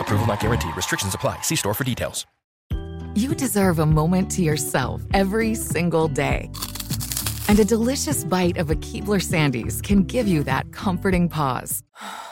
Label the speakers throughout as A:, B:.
A: Approval not guaranteed. Restrictions apply. See store for details.
B: You deserve a moment to yourself every single day. And a delicious bite of a Keebler Sandies can give you that comforting pause.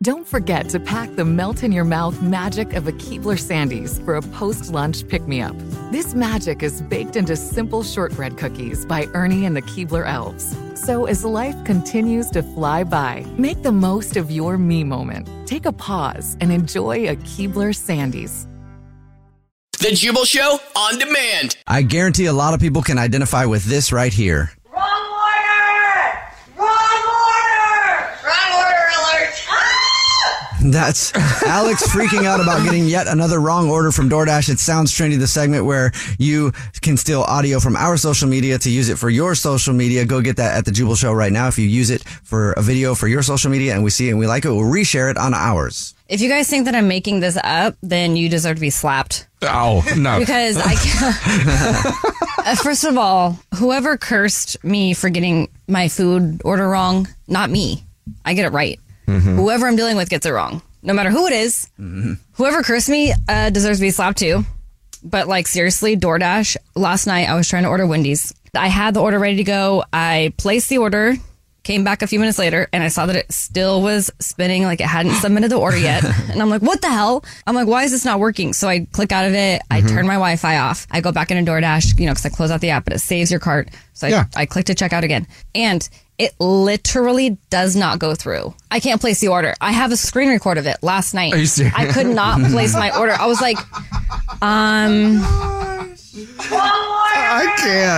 B: Don't forget to pack the melt in your mouth magic of a Keebler Sandies for a post lunch pick me up. This magic is baked into simple shortbread cookies by Ernie and the Keebler Elves. So as life continues to fly by, make the most of your me moment. Take a pause and enjoy a Keebler Sandies.
C: The Jubal Show on demand.
D: I guarantee a lot of people can identify with this right here.
E: Wrong order! Wrong order! Wrong order alert! Ah!
D: That's Alex freaking out about getting yet another wrong order from DoorDash. It sounds trendy, the segment where you can steal audio from our social media to use it for your social media. Go get that at the Jubal Show right now. If you use it for a video for your social media and we see it and we like it, we'll reshare it on ours.
F: If you guys think that I'm making this up, then you deserve to be slapped.
G: Oh no!
F: Because I can't. Uh, First of all, whoever cursed me for getting my food order wrong, not me. I get it right.
G: Hmm.
F: Whoever I'm dealing with gets it wrong, no matter who it is.
H: Mm-hmm.
F: Whoever cursed me uh, deserves to be slapped too. But like seriously, DoorDash. Last night I was trying to order Wendy's. I had the order ready to go. I placed the order. Came back a few minutes later and I saw that it still was spinning, like it hadn't submitted the order yet. And I'm like, what the hell? I'm like, why is this not working? So I click out of it. I turn my Wi Fi off. I go back into DoorDash, you know, because I close out the app, but it saves your cart. So I,
G: Yeah.
F: I click to check out again. And it literally does not go through. I can't place the order. I have a screen record of it last night.
G: Are you serious?
F: I could not place my order. I was like, um,
G: I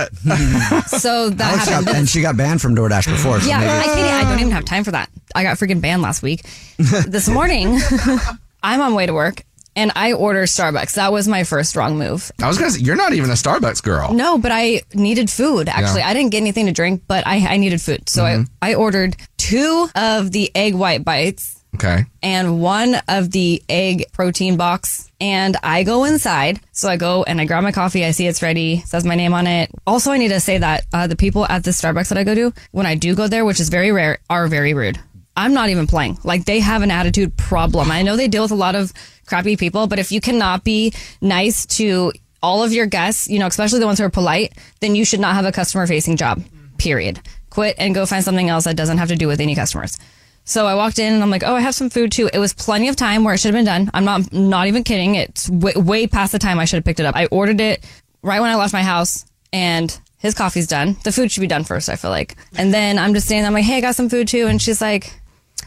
G: can't.
F: so that
D: Alex
F: happened.
D: got, and she got banned from DoorDash before. So
F: Yeah,
D: maybe-
F: I can't. I don't even have time for that. I got freaking banned last week. this morning, I'm on way to work and I order Starbucks. That was my first wrong move.
G: I was gonna say you're not even a Starbucks girl.
F: No, but I needed food. Actually,
G: Yeah. Mm-hmm.
F: I didn't get anything to drink, but I, I needed food, so I I ordered two of the egg white bites
G: Okay.
F: and one of the egg protein box. And I go inside. So I go and I grab my coffee. I see it's ready. Says my name on it. Also, I need to say that uh, the people at the Starbucks that I go to, when I do go there, which is very rare, are very rude. I'm not even playing. Like they have an attitude problem. I know they deal with a lot of crappy people, but if you cannot be nice to all of your guests, you know, especially the ones who are polite, then you should not have a customer facing job. Period. Quit and go find something else that doesn't have to do with any customers. So I walked in and I'm like, oh, I have some food too. It was plenty of time where it should have been done. I'm not not even kidding. It's way, way past the time I should have picked it up. I ordered it right when I left my house and his coffee's done. The food should be done first, I feel like. And then I'm just standing there, I'm like, hey, I got some food too. And she's like,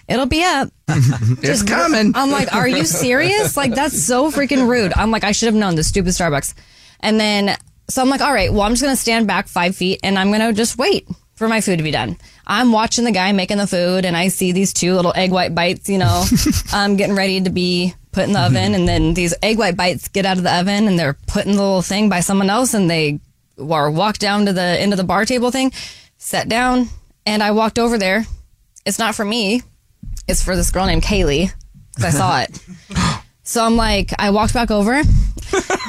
F: it'll be up.
G: It's coming.
F: I'm like, are you serious? Like, that's so freaking rude. I'm like, I should have known the stupid Starbucks. And then, so I'm like, all right, well, I'm just going to stand back five feet and I'm going to just wait for my food to be done. I'm watching the guy making the food and I see these two little egg white bites, you know, um, getting ready to be put in the
G: Mm-hmm.
F: oven. And then these egg white bites get out of the oven and they're put in the little thing by someone else and they or walk down to the end of the bar table thing, sat down, and I walked over there. It's not for me. It's for this girl named Kaylee because I saw it. So I'm like, I walked back over.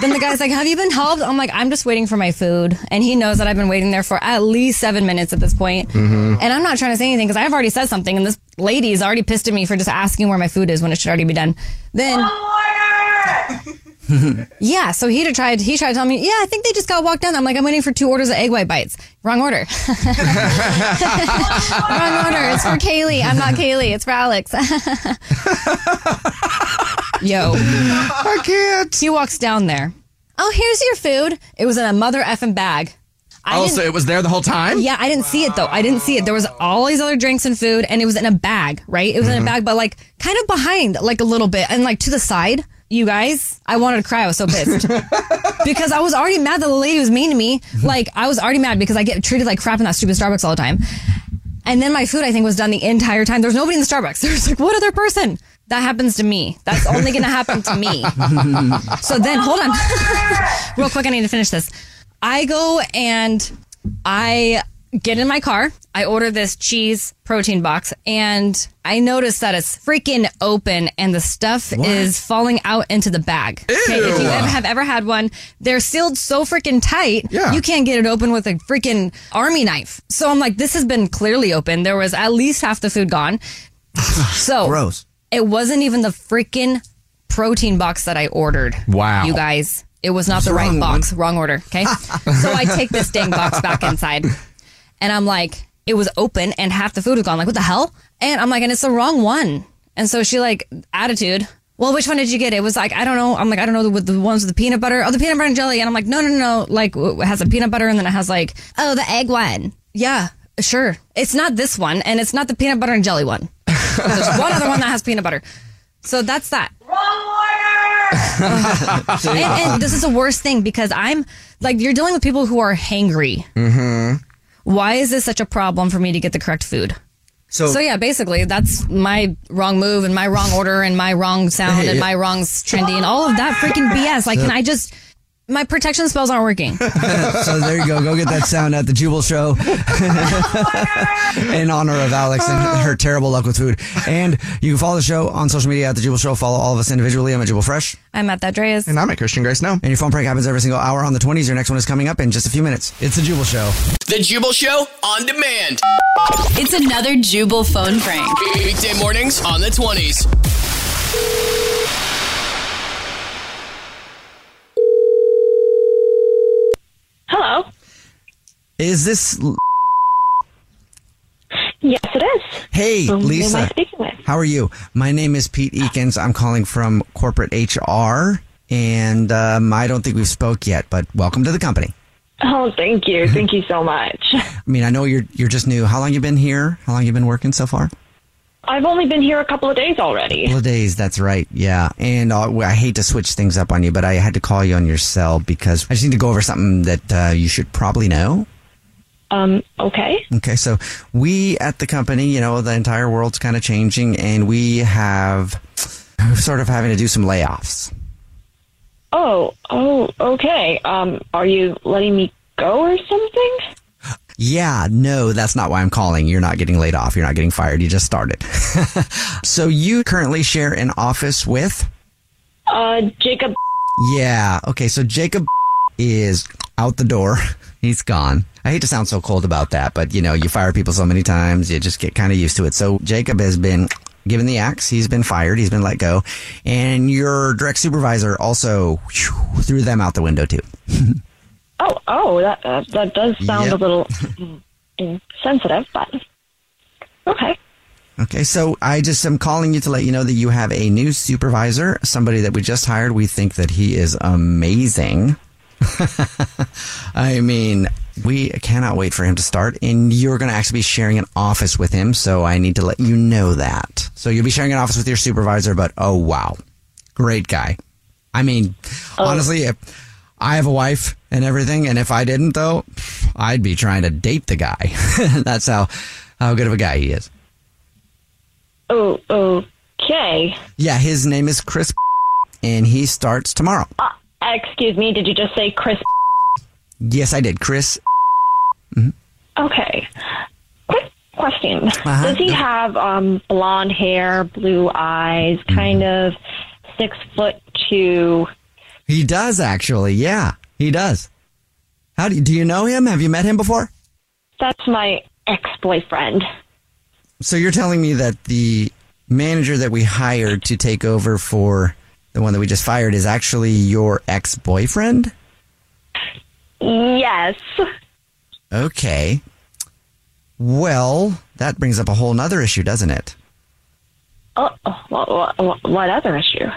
F: then the guy's like, Have you been helped? I'm like, I'm just waiting for my food. And he knows that I've been waiting there for at least seven minutes at this point.
I: Mm-hmm.
F: And I'm not trying to say anything because I've already said something. And this lady is already pissed at me for just asking where my food is when it should already be done. Then.
E: Wrong order!
F: Yeah, so he tried. He tried to tell me, yeah, I think they just got walked down. I'm like, I'm waiting for two orders of egg white bites. Wrong order. Wrong order. It's for Kaylee. I'm not Kaylee. It's for Alex. Yo.
G: I can't.
F: He walks down there. Oh, here's your food. It was in a mother effing bag. I
G: Oh,
F: didn't-
G: so it was there the whole time?
F: yeah, I didn't see it though. I didn't see it. There was all these other drinks and food, and it was in a bag, right? It was
G: Mm-hmm.
F: in a bag, but like kind of behind, like a little bit, and like to the side. You guys, I wanted to cry. I was so pissed because I was already mad that the lady was mean to me. Like I was already mad because I get treated like crap in that stupid Starbucks all the time. And then my food, I think, was done the entire time. There's nobody in the Starbucks. There's like what other person? That happens to me. That's only going to happen to me. so then, hold on, real quick. I need to finish this. I go and I get in my car. I order this cheese protein box, and I notice that it's freaking open, and the stuff is falling out into the bag. Okay, if you ever- have ever had one, they're sealed so freaking tight,
G: Yeah.
F: you can't get it open with a freaking army knife. So I'm like, this has been clearly open. There was at least half the food gone. So
D: Gross.
F: It wasn't even the freaking protein box that I ordered.
G: Wow.
F: you guys, it was not the right box. Wrong order. Okay, so I take this dang box back inside, and I'm like, it was open and half the food was gone. Like, what the hell? And I'm like, and it's the wrong one. And so she like attitude. Well, which one did you get? It was like I don't know. I'm like I don't know the, with the ones with the peanut butter. Oh, the peanut butter and jelly. And I'm like, no, no, no. no. Like w- it has a peanut butter and then it has like oh the egg one. Yeah, sure. It's not this one and it's not the peanut butter and jelly one. There's one other one that has peanut butter. So that's that.
E: Wrong order!
F: And, and this is the worst thing because I'm like, you're dealing with people who are hangry. Mm-hmm. Why is this such a problem for me to get the correct food? So yeah, basically that's my wrong move and my wrong order and my wrong sound and my wrong s- trendy and all of that freaking BS. Like, can I just? My protection spells aren't working.
D: So there you go. Go get that sound at the Jubal Show in honor of Alex
E: Oh.
D: and her terrible luck with food. And you can follow the show on social media at the Jubal Show. Follow all of us individually. I'm at Jubal Fresh.
F: I'm at that Dreas.
G: And I'm at Christian Grace now.
D: And your phone prank happens every single hour on the 20s. Your next one is coming up in just a few minutes. It's the Jubal Show.
C: The Jubal Show on demand.
J: It's another Jubal phone prank.
C: Weekday mornings on the 20s.
E: Hello.
D: Is this.
E: Yes, it is.
D: Hey,
E: Who am I
D: Lisa.
E: speaking with?
D: How are you? My name is Pete Eakins. I'm calling from corporate HR. And um, I don't think we've spoke yet, but welcome to the company.
E: Oh, thank you. Thank you so much.
D: I mean, I know you're you're just new. How long you been here? How long you been working so far?
E: I've only been here a couple of days already.
D: couple of days. That's right. Yeah. And uh, well, I hate to switch things up on you, but I had to call you on your cell because I just need to go over something that uh, you should probably know.
E: Um, okay.
D: Okay. So we at the company, you know, the entire world's kind of changing and we have we're sort of having to do some layoffs.
E: Oh, oh, okay. Um, are you letting me go or something?
D: Yeah, no, that's not why I'm calling. You're not getting laid off. You're not getting fired. You just started. so you currently share an office with?
E: Uh, Jacob.
D: Yeah. Okay. So Jacob is out the door. He's gone. I hate to sound so cold about that, but you know, you fire people so many times, you just get kind of used to it. So Jacob has been given the axe. He's been fired. He's been let go. And your direct supervisor also whew, threw them out the window too.
E: Oh, oh, that uh, that does sound
D: Yep.
E: a little mm, insensitive, but okay.
D: Okay, so I just am calling you to let you know that you have a new supervisor, somebody that we just hired. We think that he is amazing. I mean, we cannot wait for him to start, and you're going to actually be sharing an office with him, so I need to let you know that. So you'll be sharing an office with your supervisor, but oh wow, great guy. I mean, honestly, if I have a wife and everything, and if I didn't, though, I'd be trying to date the guy. That's how, how good of a guy he is.
E: Oh, okay.
D: Yeah, his name is Chris, and he starts tomorrow.
E: Uh, excuse me. Did you just say Chris?
D: Yes, I did. Chris,
E: Okay. Quick question. Does he have um, blonde hair, blue eyes, kind of six foot two?
D: he does actually. Yeah, he does. How do you, do you know him? Have you met him before?
E: That's my ex boyfriend.
D: So you're telling me that the manager that we hired to take over for the one that we just fired is actually your ex-boyfriend?
E: Yes.
D: Okay. Well, that brings up a whole nother issue, doesn't it?
E: Oh, what, what, what other issue?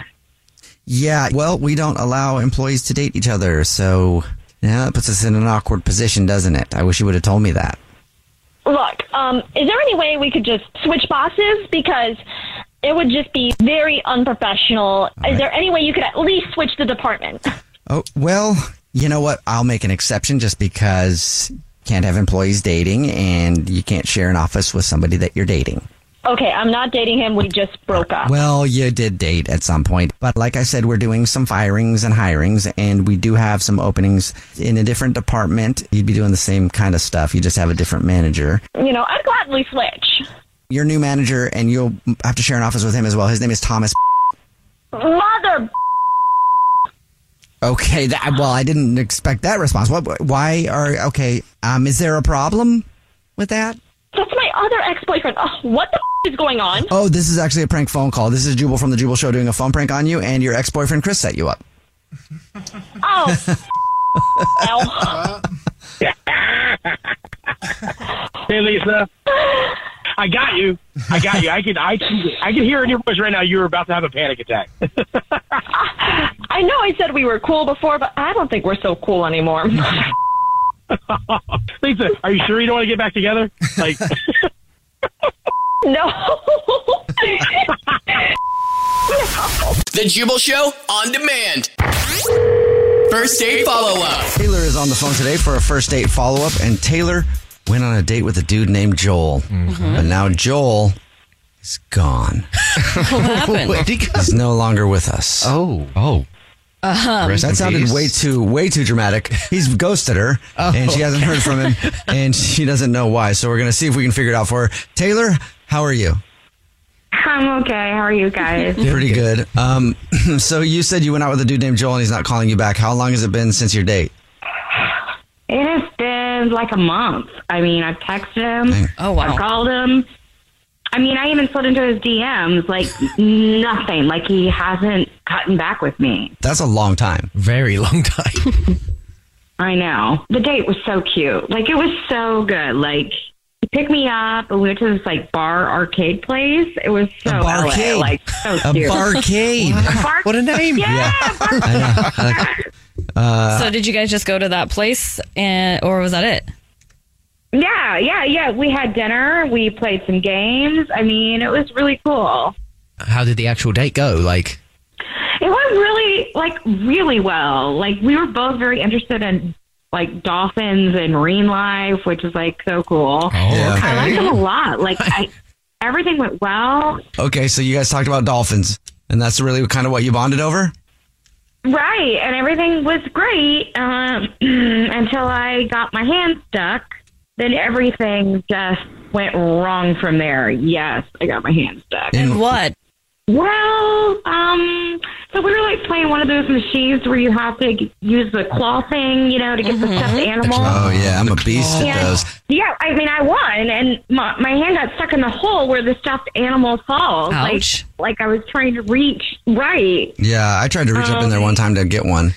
D: Yeah. Well, we don't allow employees to date each other, so yeah, that puts us in an awkward position, doesn't it? I wish you would have told me that.
E: Look, um, is there any way we could just switch bosses? Because it would just be very unprofessional. Is there any way you could at least switch the department?
D: Oh well, you know what? I'll make an exception just because you can't have employees dating, and you can't share an office with somebody that you're dating.
E: Okay, I'm not dating him. We just broke up.
D: Well, you did date at some point, but like I said, we're doing some firings and hirings, and we do have some openings in a different department. You'd be doing the same kind of stuff. You just have a different manager.
E: You know, I'd gladly switch.
D: Your new manager, and you'll have to share an office with him as well. His name is Thomas.
E: Mother.
D: Okay, that, well, I didn't expect that response. What? Why are okay? Um, is there a problem with that?
E: That's my other ex-boyfriend. Oh, what the f- is going on?
D: Oh, this is actually a prank phone call. This is Jubal from the Jubal Show doing a phone prank on you, and your ex boyfriend Chris set you up.
E: Oh. Ow.
H: Hey, Lisa. I got you. I got you. I can. I can. I can hear in your voice right now. You were about to have a panic attack.
E: I know I said we were cool before, but I don't think we're so cool anymore.
H: Lisa, are you sure you don't want to get back together? Like,
E: no.
C: The Jubal Show on demand. First date follow up.
D: Taylor is on the phone today for a first date follow up, and Taylor went on a date with a dude named Joel.
K: Mhm.
D: But now Joel is gone.
K: What happened? Where'd he go?
D: He's no longer with us. Oh. Oh.
K: Um,
D: that sounded way too way too dramatic. He's ghosted her,
K: Oh,
D: and she hasn't
K: okay.
D: heard from him, and she doesn't know why. So we're gonna see if we can figure it out for her. Taylor, how are you?
L: I'm okay. How are you guys?
D: Pretty good. Um, so you said you went out with a dude named Joel, and he's not calling you back. How long has it been since your date?
L: It has been like a month. I mean, I've texted him. Oh wow. I've called him. I mean, I even slid into his DMs. Like nothing. Like he hasn't gotten back with me.
D: That's a long time.
M: Very long time.
L: I know. The date was so cute. Like it was so good. Like he picked me up and we went to this like bar arcade place. It was so LA,
D: barcade.
L: like so
D: A
L: cute.
D: barcade.
L: A bar-
F: What a name.
L: Yeah.
D: Uh,
F: so did you guys just go to that place and or was that it?
L: Yeah, yeah, yeah. We had dinner. We played some games. I mean, it was really cool.
M: How did the actual date go? Like,
L: It went really, like, really well. Like, we were both very interested in, like, dolphins and marine life, which is, like, so cool.
D: okay.
L: I liked them a lot. Like, I, everything went well.
D: okay, so you guys talked about dolphins, and that's really kind of what you bonded over.
L: Right. And everything was great um, until I got my hand stuck. Then everything just went wrong from there. Yes, I got my hand stuck.
F: And what?
L: Well, um, so we were like playing one of those machines where you have to g- use the claw thing, you know, to get the
F: Mm-hmm.
L: stuffed animal.
D: Oh yeah, I'm a beast at
L: And-
D: those.
L: Yeah, I mean, I won, and my, my hand got stuck in the hole where the stuffed animal falls.
D: Ouch.
L: Like, like I was trying to reach right.
D: Yeah, I tried to reach up in there one time to get one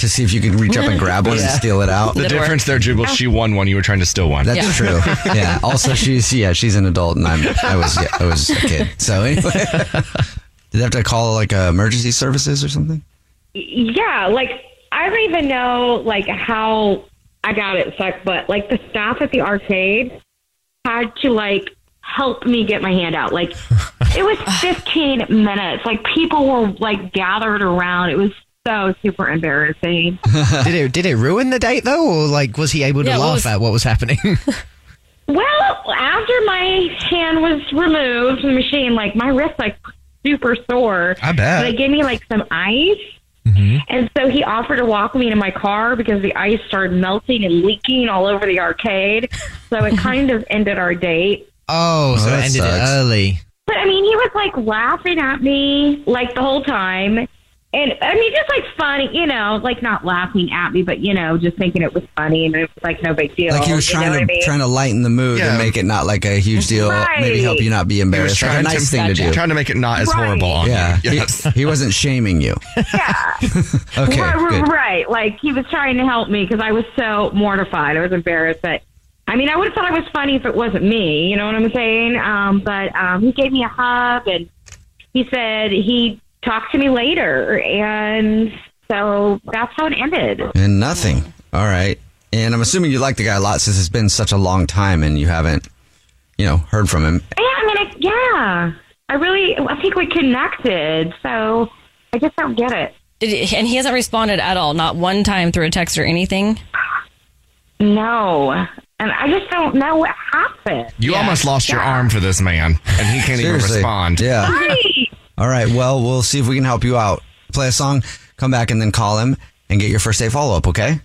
D: to see if you could reach up and grab one and
L: Yeah.
D: steal it out.
G: The
L: Didn't work.
G: difference there, Jubal, she won one. You were trying to steal one.
D: That's true. Yeah. Also, she's yeah, she's an adult, and I'm I was yeah, I was a kid. So anyway, did they have to call like uh, emergency services or something?
L: Yeah, like I don't even know like how I got it stuck, but like the staff at the arcade had to like help me get my hand out. Like it was 15 minutes. Like people were like gathered around. It was so super embarrassing.
M: did it did it ruin the date though, or like was he able to
L: Yeah, what
M: laugh
L: was-
M: at what was happening?
L: Well, after my hand was removed from the machine, like my wrist like super sore.
M: I bet. Mm-hmm.
L: So they gave me like some ice. And so he offered to walk me to my car because the ice started melting and leaking all over the arcade. So it kind of ended our date.
M: oh, so
L: that
M: it ended
L: sucks.
M: it early.
L: But I mean, he was like laughing at me like the whole time. And I mean, just like funny, you know, like not laughing at me, but you know, just thinking it was funny and it was like no big deal.
D: Like he was
L: you know
D: trying to
L: what I mean?
D: trying to lighten the mood
L: Yeah.
D: and make it not like a huge deal.
L: Right.
D: Maybe help you not be embarrassed. Like a
G: trying to-
D: nice thing to do.
G: trying to make it not as Right. horrible on you.
D: yeah. He-
G: Yes.
D: He, wasn't shaming you. Yeah. okay.
L: right, right,
D: good.
L: right. Like he was trying to help me because I was so mortified. I was embarrassed that. I mean, I would have thought I was funny if it wasn't me. You know what I'm saying? Um, but um, he gave me a hug and he said he talk to me later. And so that's how it ended.
D: And nothing. All right. And I'm assuming you like the guy a lot since it's been such a long time and you haven't, you know, heard from him.
L: Yeah, I mean, I, yeah. I really, I think we connected. So I just don't get it.
F: Did it, and he hasn't responded at all, not one time through a text or anything.
L: No, and I just don't know what happened.
G: You almost lost your arm for this man, and he can't even
D: Seriously.
G: respond.
D: Yeah. All right. Well, we'll see if we can help you out. Play a song, come back, and then call him and get your first day follow up, okay?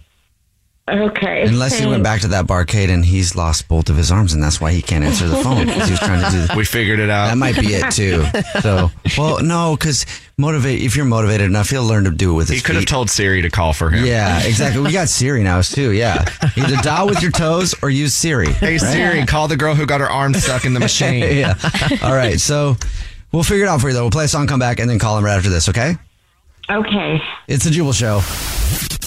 L: Okay.
D: Unless he went back to that barcade and he's lost both of his arms, and that's why he can't answer the phone because he was trying to do
G: We figured it out.
D: That might be it too. So, well, no, because motivate. If you're motivated enough, he'll learn to do it with his.
G: He could have
D: feet.
G: told Siri to call for him.
D: Yeah, exactly. We got Siri now too. Yeah, either dial with your toes or use Siri.
G: Hey Siri, call the girl who got her arm stuck in the machine.
D: yeah. All right. So we'll figure it out for you though. We'll play a song, come back, and then call him right after this. Okay.
L: Okay.
D: It's a Jubal Show.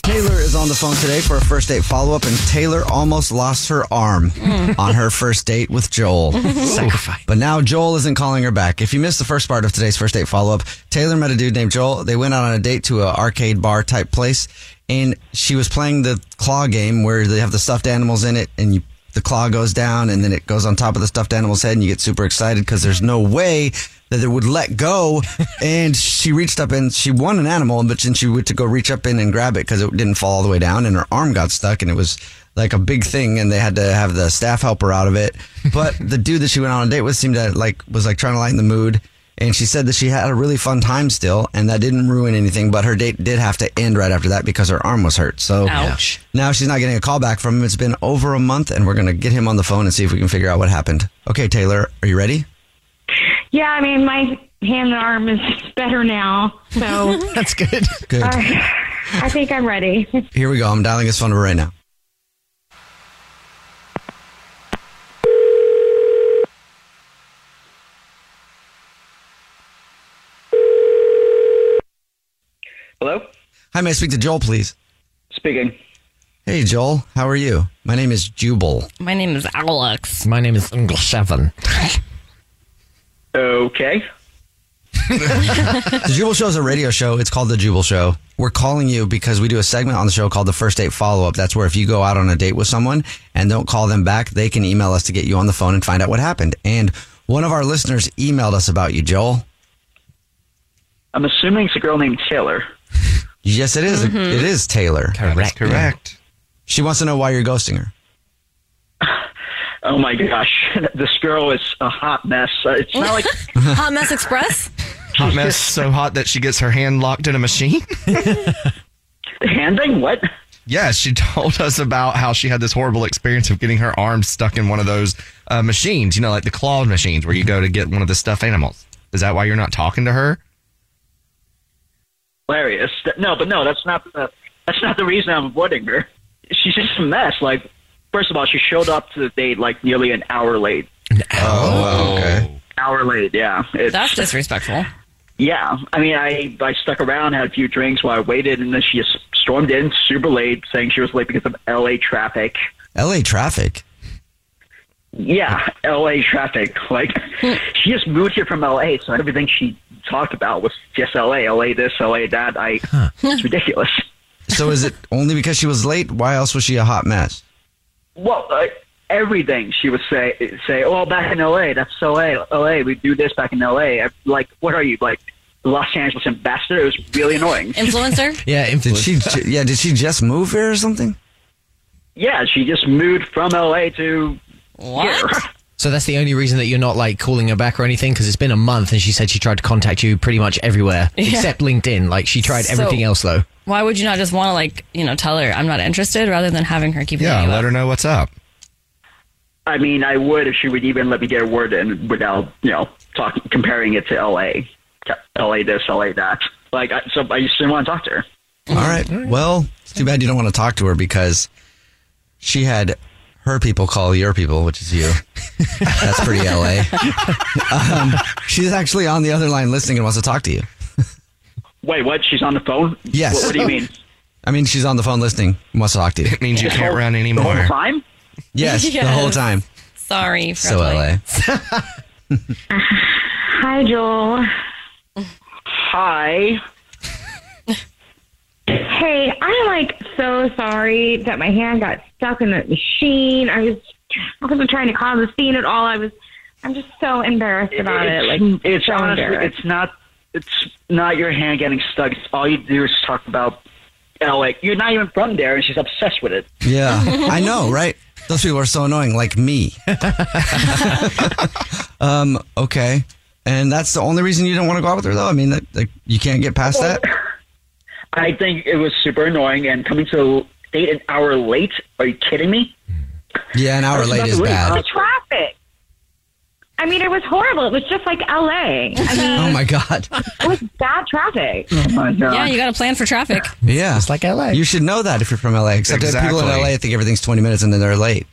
D: Taylor is on the phone today for a first date follow up, and Taylor almost lost her arm
K: Mm.
D: on her first date with Joel.
K: Sacrifice.
D: But now Joel isn't calling her back. If you missed the first part of today's first date follow up, Taylor met a dude named Joel. They went out on a date to an arcade bar type place, and she was playing the claw game where they have the stuffed animals in it, and you. The claw goes down and then it goes on top of the stuffed animal's head, and you get super excited because there's no way that it would let go. and she reached up and she won an animal, but then she went to go reach up in and grab it because it didn't fall all the way down, and her arm got stuck, and it was like a big thing, and they had to have the staff help her out of it. But the dude that she went on a date with seemed to like was like trying to lighten the mood. And she said that she had a really fun time still, and that didn't ruin anything. But her date did have to end right after that because her arm was hurt. So
K: Ouch.
D: now she's not getting a call back from him. It's been over a month, and we're gonna get him on the phone and see if we can figure out what happened. Okay, Taylor, are you ready?
L: Yeah, I mean, my hand and arm is better now. So
M: that's good.
D: Good.
L: All right. I think I'm ready.
D: Here we go. I'm dialing his phone number right now.
N: Hello?
D: Hi, may I speak to Joel, please?
N: Speaking.
D: Hey, Joel. How are you? My name is Jubal.
F: My name is Alex.
M: My name is Seven.
N: Okay.
D: the Jubal Show is a radio show. It's called The Jubal Show. We're calling you because we do a segment on the show called The First Date Follow Up. That's where if you go out on a date with someone and don't call them back, they can email us to get you on the phone and find out what happened. And one of our listeners emailed us about you, Joel.
N: I'm assuming it's a girl named Taylor.
D: Yes, it is.
N: Mhm.
D: It is Taylor. Correct.
N: correct.
D: She wants to know why you're ghosting her.
N: Oh my gosh, this girl is a hot mess. Uh, It's not like
F: Hot Mess Express?
G: Hot mess so hot that she gets her hand locked in a machine.
N: handing what?
G: Yeah, she told us about how she had this horrible experience of getting her arm stuck in one of those uh, machines, you know, like the claw machines where you go to get one of the stuffed animals. Is that why you're not talking to her?
N: hilarious. That- No, but no, that's not the, that's not the reason I'm avoiding her. She's just a mess. Like, first of all, she showed up to the date like nearly an hour late.
D: Oh, okay.
N: Hour late, yeah. It's,
F: That's disrespectful.
N: Yeah, I mean, I I stuck around, had a few drinks while I waited, and then she just stormed in super late, saying she was late because of L.A. traffic.
D: LA traffic.
N: Yeah, L.A. traffic. Like, she just moved here from L.A., so everything she talked about was just L.A., L.A. this, L.A. that. I it's ridiculous.
D: So is it only because she was late? Why else was she a hot mess?
N: Well, uh, everything she would say say, "Oh, back in L.A., that's L.A. L.A. We do this back in L.A." I- Like, what are you like? Los Angeles ambassador. It was really annoying.
F: Influencer?
D: Yeah, did she? ju- Yeah, did she just move here or something?
N: Yeah, she just moved from LA to here.
M: So that's the only reason that you're not like calling her back or anything because it's been a month and she said she tried to contact you pretty much everywhere
F: Yeah.
M: except LinkedIn. Like she tried
F: So-
M: everything else though.
F: Why would you not just want to, like, you know, tell her I'm not interested rather than having her keep hitting
G: Yeah,
F: you
G: let
F: up?
G: her know what's up.
N: I mean, I would if she would even let me get a word in without, you know, talking, comparing it to L.A. L.A. this, L.A. that. Like, I, so I just didn't want to talk to her.
D: All right. Well, it's too bad you don't want to talk to her because she had her people call your people, which is you. That's pretty LA. Um, she's actually on the other line listening and wants to talk to you.
N: Wait, what? She's on the phone?
D: Yes.
N: What, what do you mean?
D: I mean, she's on the phone listening and wants to talk to you. It
G: means
N: The whole- The whole time?
D: Yes, the whole
F: Yes.
D: time.
F: Sorry for
D: So LA.
L: Hi, Joel.
N: hi.
L: Hey, I'm like so sorry that my hand got stuck in that machine. I was I wasn't trying to cause a scene at all. I was I'm just so embarrassed about it. Like
N: it's
L: so
N: honestly,
L: embarrassed.
N: it's not, it's not your hand getting stuck. It's all you do is talk about, you know, like you're not even from there, and she's obsessed with it.
D: Yeah, I know, right? Those people are so annoying, like me. um, okay, and that's the only reason you don't want to go out with her, though. I mean, that, like, you can't get past that.
N: I think it was super annoying, and coming to date an hour late. Are you kidding me?
D: Yeah, an hour
N: That's
D: late
N: not
D: is
N: the way-
D: bad.
L: the traffic. I mean, it was horrible. It was just like LA. I mean,
D: Oh my god.
L: it was bad traffic.
D: Oh my god.
F: Yeah, you got to plan for traffic.
D: Yeah, it's like LA. You should know that if you're from LA. Except that people in
N: Exactly.
D: LA think everything's 20 minutes and then they're late.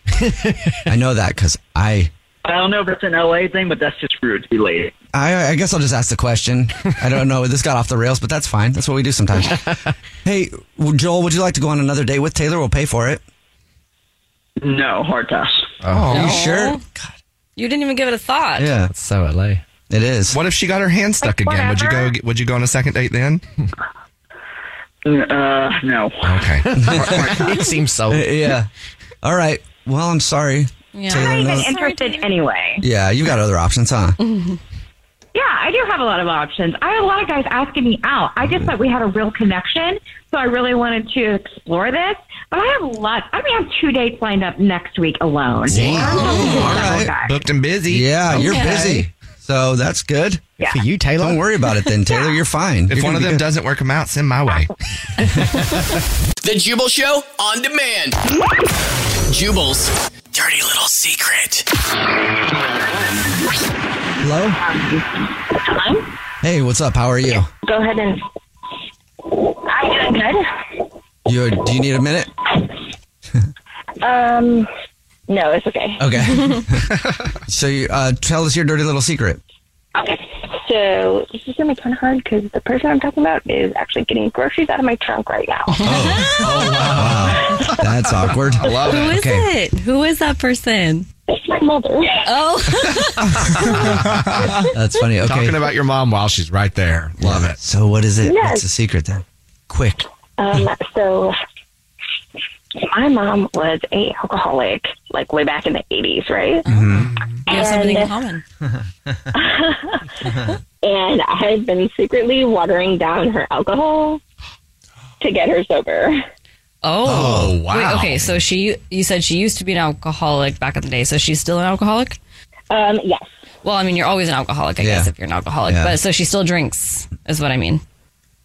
D: I know that because I,
N: I don't know if it's an LA thing, but that's just rude to be late.
D: I, I guess I'll just ask the question. I don't know. This got off the rails, but that's fine. That's what we do sometimes. hey, w- Joel, would you like to go on another date with Taylor? We'll pay for it.
N: No, hard pass.
D: Oh,
F: No.
D: you sure?
F: You didn't even give it a thought.
D: Yeah,
G: it's so LA.
D: It is.
G: What if she got her hand stuck again? Would you go? Would you go on a second date then?
N: Uh, no.
G: Okay. it seems so.
D: Uh, Yeah. All right. Well, I'm sorry.
L: I'm
D: Taylor,
L: not even
D: no-
L: interested anyway.
D: yeah, you got other options, huh?
G: Mm-hmm.
L: Yeah, I do have a lot of options. I had a lot of guys asking me out. I just thought we had a real connection, so I really wanted to explore this. But I have lots. I mean, I have two dates lined up next week alone. I'm talking to several guys.
G: Booked and busy.
D: Yeah, you're
L: Okay.
D: busy. So that's good.
L: Yeah. For
D: you, Taylor. Don't worry about it then, Taylor. You're fine.
G: If one of them doesn't work them out, send my way.
C: The Jubal Show on demand. Jubal's dirty little secret.
D: Hello? Hello? Hey, what's up? How are you?
I: Go ahead and. I'm doing good.
D: You do you need a minute?
I: Um, no, it's okay.
D: Okay. so you uh, tell us your dirty little secret.
I: so this is gonna be kind of hard because the person I'm talking about is actually getting groceries out of my trunk right now.
D: That's awkward. I
I: love
F: Who
I: it.
F: is
I: Okay.
F: it? Who is that person?
I: It's my mother.
F: Oh.
D: That's funny. Okay.
G: Talking about your mom while she's right there. Love it.
D: So what is it?
I: Yes.
D: What's the secret then? Quick.
I: Um, so my mom was a alcoholic, like way back in the '80s, right?
F: You have something in
I: And-
F: common.
I: and I've been secretly watering down her alcohol to get her sober.
F: Oh,
I: Oh, wow.
F: Wait, okay, so she you said she used to be an alcoholic back in the day, so she's still an alcoholic?
I: Um, yes.
F: Well, I mean, you're always an alcoholic, I guess, if you're an alcoholic.
I: Yeah.
F: But so she still drinks, is what I mean.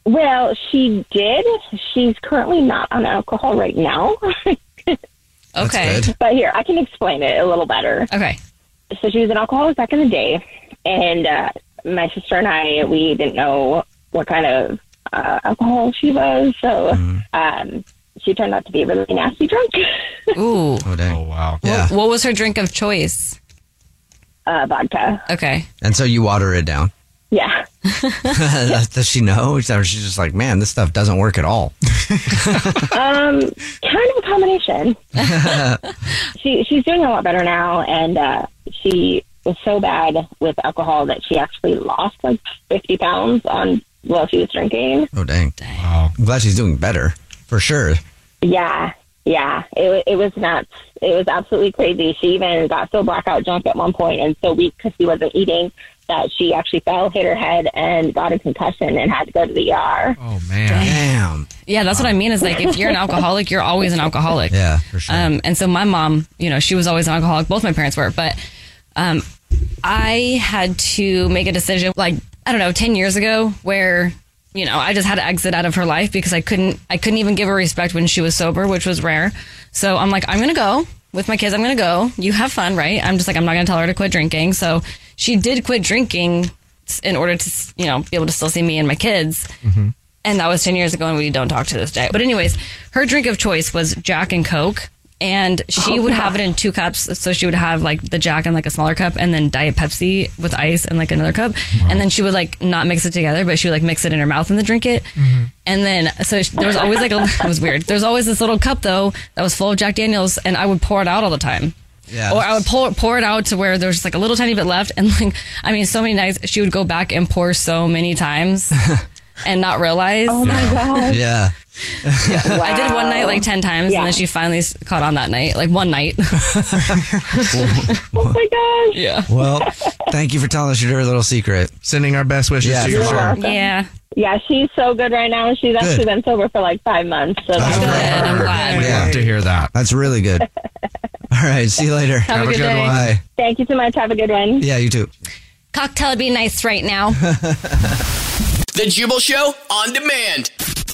I: Well, she did. She's currently not on alcohol right now.
F: Okay.
I: But here, I can explain it a little better.
F: Okay.
I: So she was an alcoholic back in the day, and uh, my sister and I, we didn't know what kind of uh, alcohol she was, so um, she turned out to be really nasty drunk.
F: Ooh.
D: Oh, dang.
G: wow.
F: What, what was her drink of choice?
I: Uh, vodka.
F: Okay.
D: And so you water it down.
I: Yeah.
D: Does she know? Or She's just like, man, this stuff doesn't work at all.
I: um, kind of a combination. she she's doing a lot better now, and uh, she was so bad with alcohol that she actually lost like fifty pounds on while she was drinking.
D: Oh dang!
G: Wow.
D: I'm glad she's doing better for sure.
I: Yeah, yeah, it wa- it was nuts. It was absolutely crazy. She even got so blackout drunk at one point and so weak because she wasn't eating that she actually fell, hit her head, and got a concussion and had to go to the ER.
G: Oh man. Damn.
F: Yeah, that's what I mean. Is like if you're an alcoholic, you're always an alcoholic.
D: Yeah, for sure.
F: Um, and so my mom, you know, she was always an alcoholic. Both my parents were, but um, I had to make a decision, like I don't know, ten years ago, where you know I just had to exit out of her life because I couldn't, I couldn't even give her respect when she was sober, which was rare. So I'm like, I'm gonna go with my kids. I'm gonna go. You have fun, right? I'm just like, I'm not gonna tell her to quit drinking. So she did quit drinking in order to, you know, be able to still see me and my kids. And that was 10 years ago, and we don't talk to this day. But, anyways, her drink of choice was Jack and Coke. And she
O: Oh,
F: would
O: yeah.
F: have it in two cups. So she would have like the Jack in like a smaller cup and then Diet Pepsi with ice and like another cup. And then she would like not mix it together, but she would like mix it in her mouth and then drink it. And then, so sh- there was always like a, it was weird. There was always this little cup though that was full of Jack Daniels, and I would pour it out all the time.
D: Yeah.
F: Or I would pour, pour it out to where there's like a little tiny bit left. And like, I mean, so many nights she would go back and pour so many times and not realize. Oh my God.
D: Yeah.
F: I did one night like 10 times and then she finally s- caught on that night, like one night.
D: oh
I: my gosh.
F: Yeah.
D: Well, thank you for telling us your little secret.
G: Sending our best wishes
D: yeah,
G: to
D: for
G: your
D: sure.
G: mom.
F: Yeah.
I: Yeah, she's so good right now, and she's actually been sober for like five months. So that's
G: We love to hear that.
D: That's really good. All right. See you later.
F: Have a Have a good good day. one.
D: Bye.
I: Thank you so much. Have a good one.
D: Yeah, you too.
F: Cocktail would be nice right now.
C: The Jubal Show on demand.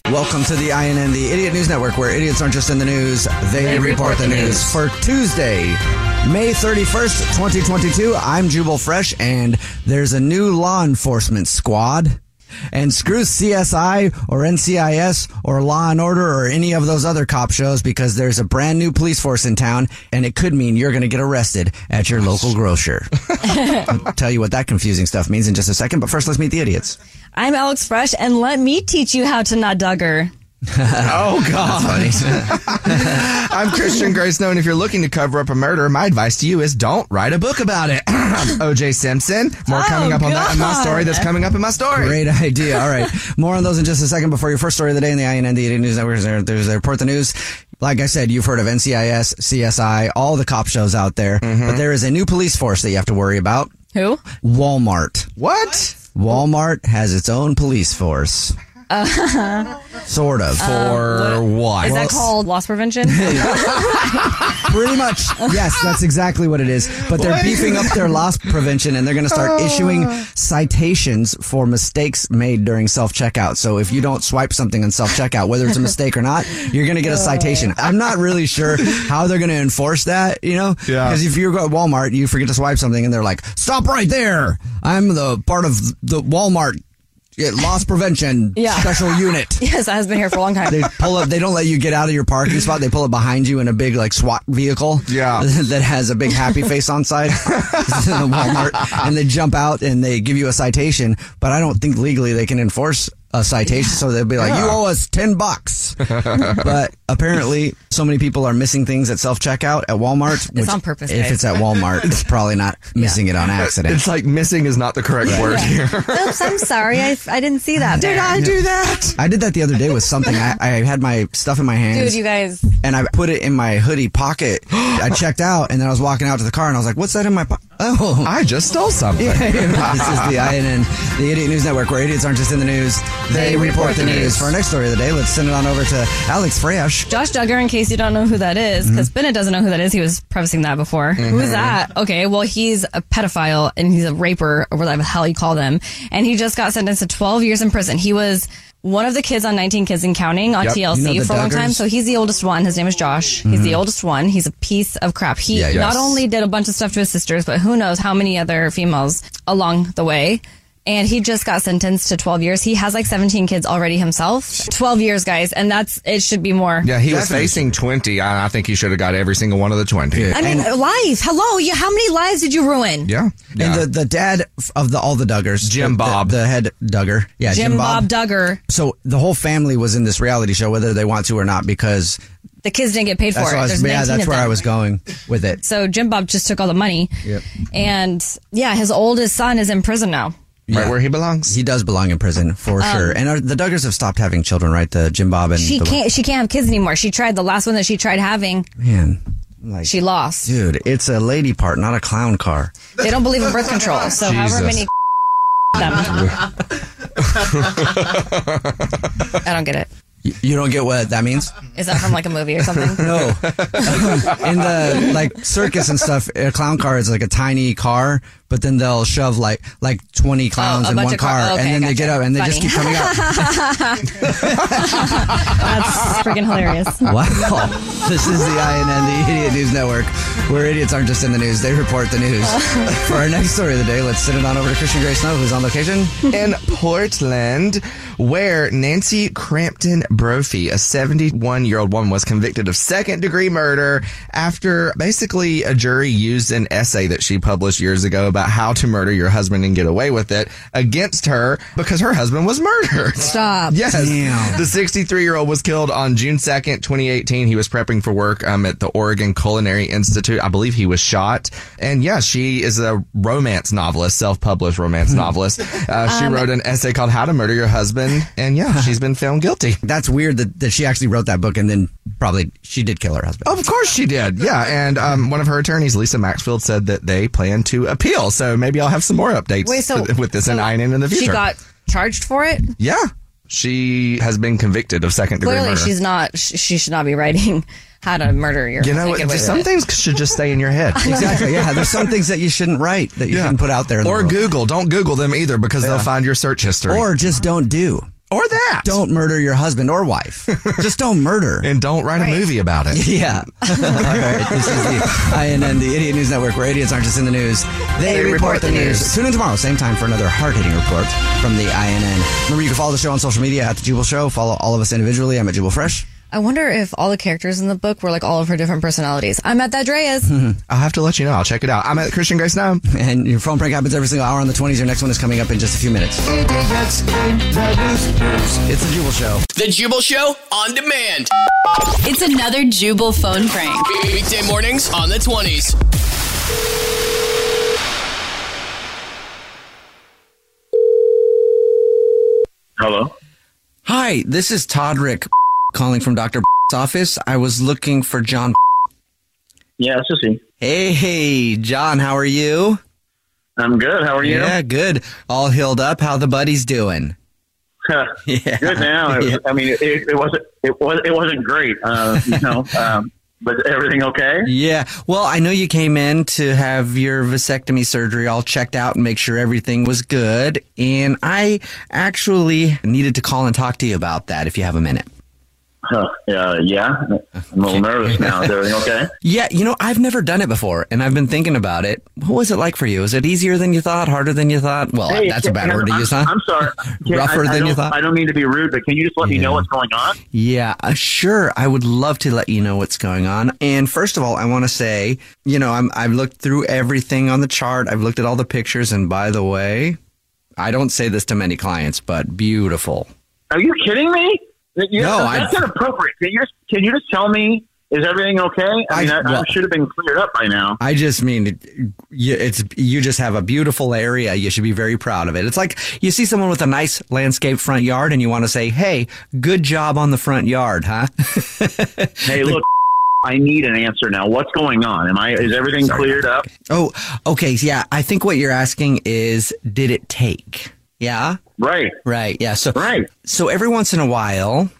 D: Welcome to the INN, the Idiot News Network, where idiots aren't just in the news, they,
C: They
D: report,
C: report
D: the
C: the
D: news.
C: news.
D: For Tuesday, May 31st, 2022, I'm Jubal Fresh, and there's a new law enforcement squad. And screw CSI or NCIS or Law and Order or any of those other cop shows because there's a brand new police force in town and it could mean you're going to get arrested at your local grocer. I'll tell you what that confusing stuff means in just a second, but first let's meet the idiots.
F: I'm Alex Fresh, and let me teach you how to not dugger.
G: oh God! I'm Christian Gray Snow, and if you're looking to cover up a murder, my advice to you is don't write a book about it.
F: Oh,
G: OJ Simpson. More coming up on that in my story. That's coming up in my story.
D: Oh, Great idea. All right. More on those in just a second. Before your first story of the day in the INN, the 8 News Network, there's- there's a report the news. Like I said, you've heard of NCIS, CSI, all the cop shows out there.
G: Mm-hmm.
D: But there is a new police force that you have to worry about.
F: Who?
D: Walmart.
G: What?
D: Walmart has its own police force.
F: Uh,
D: Sort of.
F: Uh,
D: what?
F: Is that called loss prevention?
D: Pretty much. Yes, that's exactly what it is. But they're
F: What?
D: beefing up their loss prevention and they're going to start
F: Oh.
D: issuing citations for mistakes made during self checkout. So if you don't swipe something in self checkout, whether it's a mistake or not, you're going to get a citation. I'm not really sure how they're going to enforce that, you know?
G: Yeah.
D: Because if you go at Walmart, you forget to swipe something and they're like, stop right there. I'm the part of the Walmart yeah, loss prevention
F: Yeah.
D: special unit.
F: yes, that has been here for a long time.
D: They pull up. They don't let you get out of your parking spot. They pull up behind you in a big like SWAT vehicle. Yeah, that has a big happy face on side. This is in the Walmart, and they jump out and they give you a citation. But I don't think legally they can enforce a citation. So they'll be like, "You owe us ten bucks." but apparently, so many people are missing things at self checkout at Walmart. It's
F: on purpose,
D: If
F: babe.
D: it's at Walmart, it's probably not missing it on accident.
G: It's like missing is not the correct word here.
F: Oops, I'm sorry. I, I didn't see that. Did I do that?
D: I did that the other day with something. I, I had my stuff in my hands.
F: Dude, you guys.
D: and I put it in my hoodie pocket. I checked out, and then I was walking out to the car, and I was like, "What's that in my pocket?" Oh,
G: I just stole something.
D: this is the INN, the Idiot News Network, where idiots aren't just in the news; they, report the news. For our next story of the day, let's send it on over to Alex Fresh.
F: Josh Duggar, in case you don't know who that is, because
O: Mm-hmm.
F: Bennett doesn't know who that is. He was prefacing that before. Who is
D: Mhm.
F: that? Okay, well, he's a pedophile and he's a raper, or whatever the hell you call them. And he just got sentenced to 12 years in prison. He was one of the kids on 19 Kids and Counting on
O: Yep.
F: TLC
O: You know the
F: for a long time.
O: Duggars?
F: So he's the oldest one. His name is Josh. He's the
O: Mhm.
F: oldest one. He's a piece of crap. He
O: Yeah, yes.
F: not only did a bunch of stuff to his sisters, but who knows how many other females along the way. And he just got sentenced to 12 years. He has like 17 kids already himself. 12 years, guys. And that's, it should be more.
G: Oh, Yeah, he was facing 20. I, I think he should have got every single one of the 20.
F: I mean, life. Hello. You, how many lives did you ruin?
G: yeah.
D: And the, the dad of the all the Duggars, Jim Bob, the, head Duggar, yeah,
F: Jim, Bob Duggar.
D: So the whole family was in this reality show, whether they want to or not, because
F: The kids didn't get paid for
D: that's,
F: it.
D: what I was,
F: There's
D: yeah,
F: 19
D: that's
F: of
D: where I
F: them.
D: was going with it.
F: So Jim Bob just took all the money.
D: Yep.
F: And yeah, his oldest son is in prison now.
G: Right where he belongs.
D: He does belong in prison for
F: Um,
D: sure. And are, the Duggars have stopped having children, right? The Jim Bob and
F: She
D: the,
F: can't. She can't have kids anymore. She tried the last one that she tried having.
D: man. Like,
F: She lost.
D: dude, it's a lady part, not a clown car.
F: They don't believe in birth control. So however
D: Jesus.
F: many them. I don't get it.
D: You, you don't get what that means?
F: Is that from like a movie or something?
D: No. in the like circus and stuff, a clown car is like a tiny car, but then they'll shove like like twenty clowns
F: Oh, a
D: in
F: bunch
D: one
F: of car-
D: car,
F: okay,
D: and then they
F: gotcha.
D: get up and they just
F: Funny.
D: keep coming out.
F: That's freaking hilarious.
D: Wow. This is the INN, the Idiot News Network, where idiots aren't just in the news, they report the news. For our next story of the day, let's send it on over to Christian Gray Snow, who's on location.
G: in Portland, where Nancy Crampton Brophy, a 71 year old woman, was convicted of second degree murder after basically a jury used an essay that she published years ago about how to murder your husband and get away with it against her because her husband was murdered.
F: Stop.
G: Yes. The 63 year old was killed on on June 2nd, 2018, he was prepping for work um, at the Oregon Culinary Institute. I believe he was shot. And yeah, she is a romance novelist, self published romance novelist. Uh, she
D: Um,
G: wrote an essay called How to Murder Your Husband. And yeah, she's been found guilty.
D: That's weird that, that she actually wrote that book and then probably she did kill her husband.
G: Of course she did. Yeah. And um, one of her attorneys, Lisa Maxfield, said that they plan to appeal. So maybe I'll have some more updates
F: Wait, so-
G: with- with this and
F: so
G: Einen in the future.
F: She got charged for it.
G: yeah. She has been convicted of second degree
F: Clearly,
G: murder.
F: she's not. sh- She should not be writing how to murder your.
G: you know,
F: husband. Get away
G: just
F: with
G: some
F: it.
G: things should just stay in your head.
D: Exactly. Yeah. There's some things that you shouldn't write that you shouldn't put out there. In
G: Or Google. Don't Google them either because they'll find your search history.
D: Or just don't do.
G: Or that.
D: Don't murder your husband or wife. just don't murder.
G: And don't write a movie about it.
D: Yeah. All right. This is the INN, the Idiot News Network, where idiots aren't just in the news. They, report, the news. Tune in tomorrow, same time, for another hard-hitting report from the INN. Remember, you can follow the show on social media at The Jubal Show. Follow all of us individually. I'm at Jubal Fresh.
F: I wonder if all the characters in the book were like all of her different personalities. I'm at that Dreas.
G: I'll have to let you know. I'll check it out. I'm at Christian Grace now.
D: And your phone prank happens every single hour on the 20s. Your next one is coming up in just a few minutes. It's The Jubal Show.
C: The Jubal Show on demand.
J: It's another Jubal phone prank.
C: Weekday mornings on the 20s.
D: Hello. Hi, this is Todrick calling from Dr. 's office. I was looking for John. Yeah, that's just him. Hey, hey, John, how are you? I'm good. How are
O: you?
D: Yeah, good. All healed up. How the buddies doing? yeah.
O: Good now. It- I mean, it, it wasn't it was it wasn't great. Uh, you know, um, but everything okay?
D: Yeah. Well, I know you came in to have your vasectomy surgery all checked out and make sure everything was good. And I actually needed to call and talk to you about that if you have a minute.
O: Huh, uh, yeah, I'm a little nervous now. Is everything okay?
D: Yeah, you know, I've never done it before, and I've been thinking about it. What was it like for you? Is it easier than you thought? Harder than you thought? Well,
O: Hey,
D: that's a bad
O: I'm-
D: word to
O: I'm-
D: use, huh?
O: I'm sorry. Can-
D: Rougher
O: I, I
D: than you
O: don't-
D: thought?
O: I don't mean to be rude, but can you just let me know what's going on?
D: Yeah, uh, sure. I would love to let you know what's going on. And first of all, I want to say, you know, I'm, I've looked through everything on the chart. I've looked at all the pictures. And by the way, I don't say this to many clients, but beautiful.
O: Are you kidding me? That you-
D: No,
O: that's
D: I-
O: inappropriate. Can you just can you just tell me is everything okay? I mean, I,
D: well-
O: I should have been cleared up by now.
D: I just mean it- you, it's you just have a beautiful area. You should be very proud of it. It's like you see someone with a nice landscape front yard, and you want to say, "Hey, good job on the front yard, huh?"
O: Hey, look, I need an answer now. What's going on? Am I is everything
D: Sorry.
O: cleared up?
D: oh, okay, yeah. I think what you're asking is, did it take? Yeah.
O: Right.
D: Right. Yeah. So right. So every once in a while,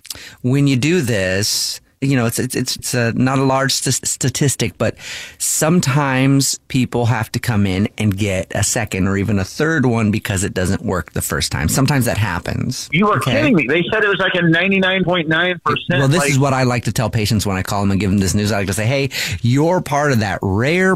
D: when you do this, you know, it's it's it's, it's a, not a large st- statistic, but sometimes people have to come in and get a second or even a third one because it doesn't work the first time. Sometimes that happens.
O: You are kidding me. They said it was like a ninety nine point nine percent.
D: Well, this
O: like,
D: is what I like to tell patients when I call them and give them this news. I like to say, hey, you're part of that rare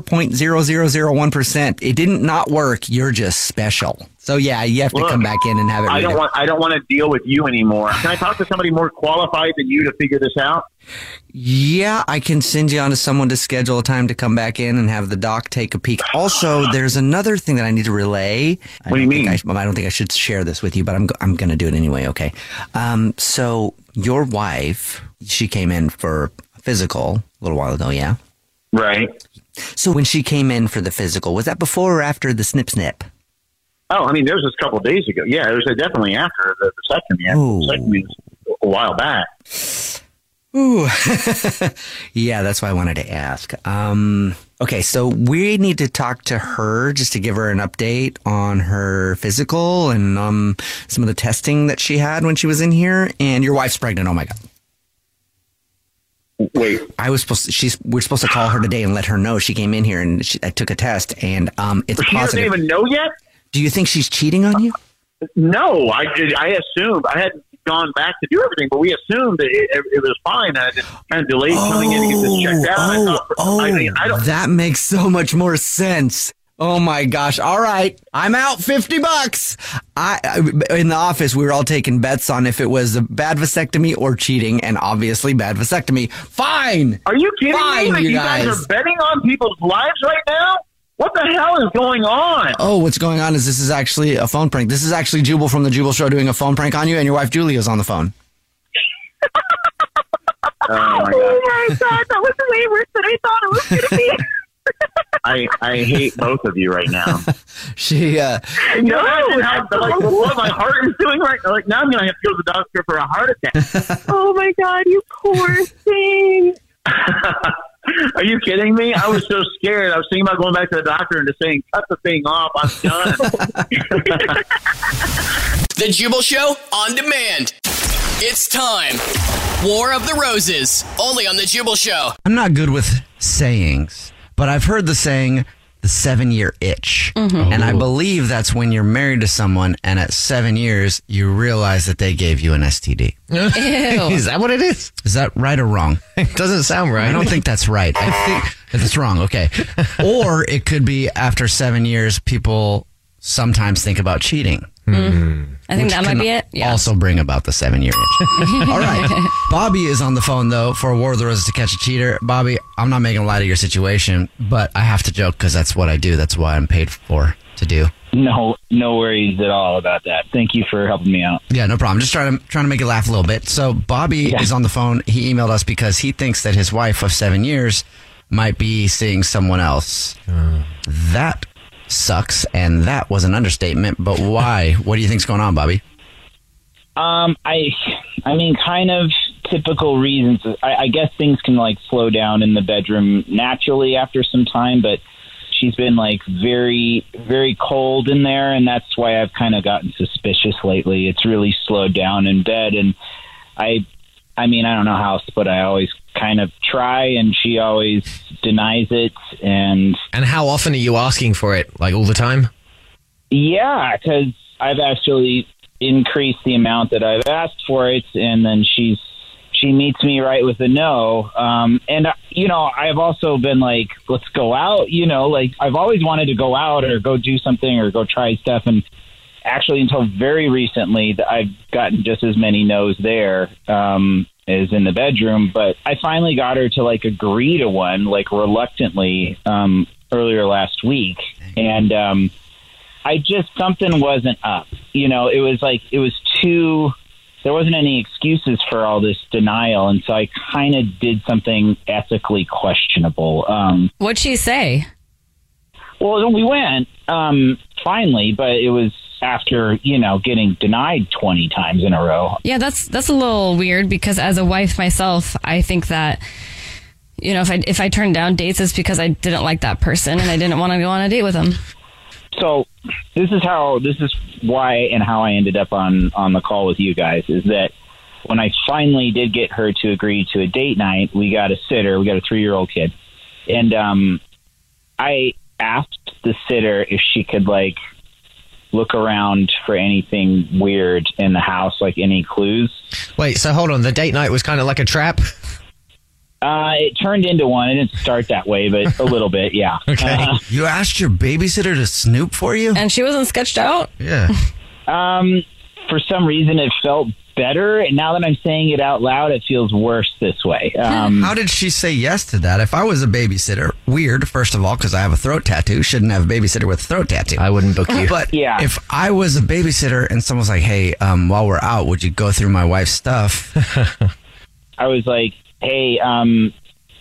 D: 0.0001%. It didn't not work. You're just special. So, yeah, you have to
O: Look,
D: come back in and have it
O: I don't
D: redone.
O: want. I don't want to deal with you anymore. Can I talk to somebody more qualified than you to figure this out?
D: Yeah, I can send you on to someone to schedule a time to come back in and have the doc take a peek. Also, there's another thing that I need to relay. What do you mean? I, well, I don't think I should share this with you, but I'm, go- I'm going to do it anyway. Okay. Um, so your wife, she came in for a physical a little while ago. Yeah.
O: Right.
D: So when she came in for the physical, was that before or after the snip snip?
O: Oh, I mean, there was this couple of days ago. Yeah, it was uh, definitely after the second. Yeah, second was a while back.
D: Ooh. yeah, that's why I wanted to ask. Um, okay, so we need to talk to her just to give her an update on her physical and um, some of the testing that she had when she was in here. And your wife's pregnant. Oh my god.
O: Wait,
D: I was supposed. To, she's. We're supposed to call her today and let her know she came in here and she, I took a test and um, it's
O: But she doesn't
D: positive.
O: even know yet.
D: Do you think she's cheating on you?
O: No, I did. I assumed I hadn't gone back to do everything, but we assumed that it, it was fine. I just kind of delayed coming in to get this checked out. I thought-
D: Oh,
O: I mean, I don't.
D: that makes so much more sense. Oh my gosh. All right. I'm out 50 bucks. I, I in the office we were all taking bets on if it was a bad vasectomy or cheating and obviously bad vasectomy. Fine.
O: Are you kidding
D: Fine,
O: me? Like,
D: you
O: you guys.
D: guys.
O: are betting on people's lives right now. What the hell is going on?
D: Oh, what's going on is this is actually a phone prank. This is actually Jubal from the Jubal show doing a phone prank on you and your wife Julie is on the phone.
O: my God.
E: Oh my god, that was way worse than I thought it was going to be.
O: I, I hate both of you right now.
D: she, uh,
O: no, how, like, what my heart is doing right now. Like, now I'm going to have to go to the doctor for a heart attack.
E: oh my god, you poor thing.
O: Are you kidding me? I was so scared. I was thinking about going back to the doctor and just saying, cut the thing off. I'm done.
C: The Jubal Show on demand. It's time. War of the Roses, only on The Jubal Show.
D: I'm not good with sayings, but I've heard the saying the seven year itch.
C: Mhm.
D: And I
C: Ooh.
D: believe that's when you're married to someone and at seven years you realize that they gave you an STD.
M: is that what it is?
D: Is that right or wrong?
M: It doesn't sound right.
D: I don't think that's right. I think that's wrong. Okay. or it could be after seven years, people sometimes think about cheating.
F: Hmm.
D: Hmm.
F: I think
D: Which
F: that might
D: can
F: be it. Yeah.
D: Also bring about the seven year itch. All right. Bobby is on the phone though for War of the Roses to catch a cheater. Bobby, I'm not making light of your situation, but I have to joke because that's what I do. That's why I'm paid for to do.
P: No, no worries at all about that. Thank you for helping me out.
D: Yeah, no problem. Just trying to trying to make you laugh a little bit. So Bobby
P: Yeah.
D: is on the phone. He emailed us because he thinks that his wife of seven years might be seeing someone else. That sucks, and that was an understatement. But why? what do you think's going on, Bobby?
P: Um, I, I mean, kind of typical reasons. I, I guess things can like slow down in the bedroom naturally after some time, but she's been like very, very cold in there, and that's why I've kind of gotten suspicious lately. It's really slowed down in bed, and I, I mean, I don't know how else, but I always kind of try, and she always denies it, and
M: And how often are you asking for it? Like all the time?
P: Yeah, because I've actually increased the amount that I've asked for it, and then she's she meets me right with a no. Um, and uh, you know, I've also been like, let's go out. You know, like I've always wanted to go out or go do something or go try stuff, and actually, until very recently, th- I've gotten just as many no's there. Um, as in the bedroom, but I finally got her to like agree to one, like reluctantly, um, earlier last week. And, um, I just something wasn't up. You know, it was like it was too. There wasn't any excuses for all this denial, and so I kind of did something ethically questionable. Um,
F: What'd she say?
P: well, we went um, finally, but it was after you know getting denied twenty times in a row.
F: Yeah, that's that's a little weird because as a wife myself, I think that you know if I if I turn down dates, it's because I didn't like that person and I didn't want to go on a date with him.
P: so this is how this is why and how I ended up on on the call with you guys is that when I finally did get her to agree to a date night, we got a sitter, we got a three year old kid, and um, I asked the sitter if she could like look around for anything weird in the house, like any clues.
M: Wait, so hold on. The date night was kind of like a trap?
P: Uh, it turned into one. It didn't start that way, but a little bit, yeah. Uh,
D: You asked your babysitter to snoop for you?
F: And she wasn't sketched out?
D: Yeah.
P: Um, for some reason, it felt better, and now that I'm saying it out loud, it feels worse this way.
M: Mm.
P: Um,
D: How did she say yes to that? If I was a babysitter, weird, first of all, because I have a throat tattoo. Shouldn't have a babysitter with a throat tattoo. I
M: wouldn't book you.
D: But
M: Yeah.
D: if I was a babysitter and someone's like, hey, um, while we're out, would you go through my wife's stuff?
P: I was like, hey, um,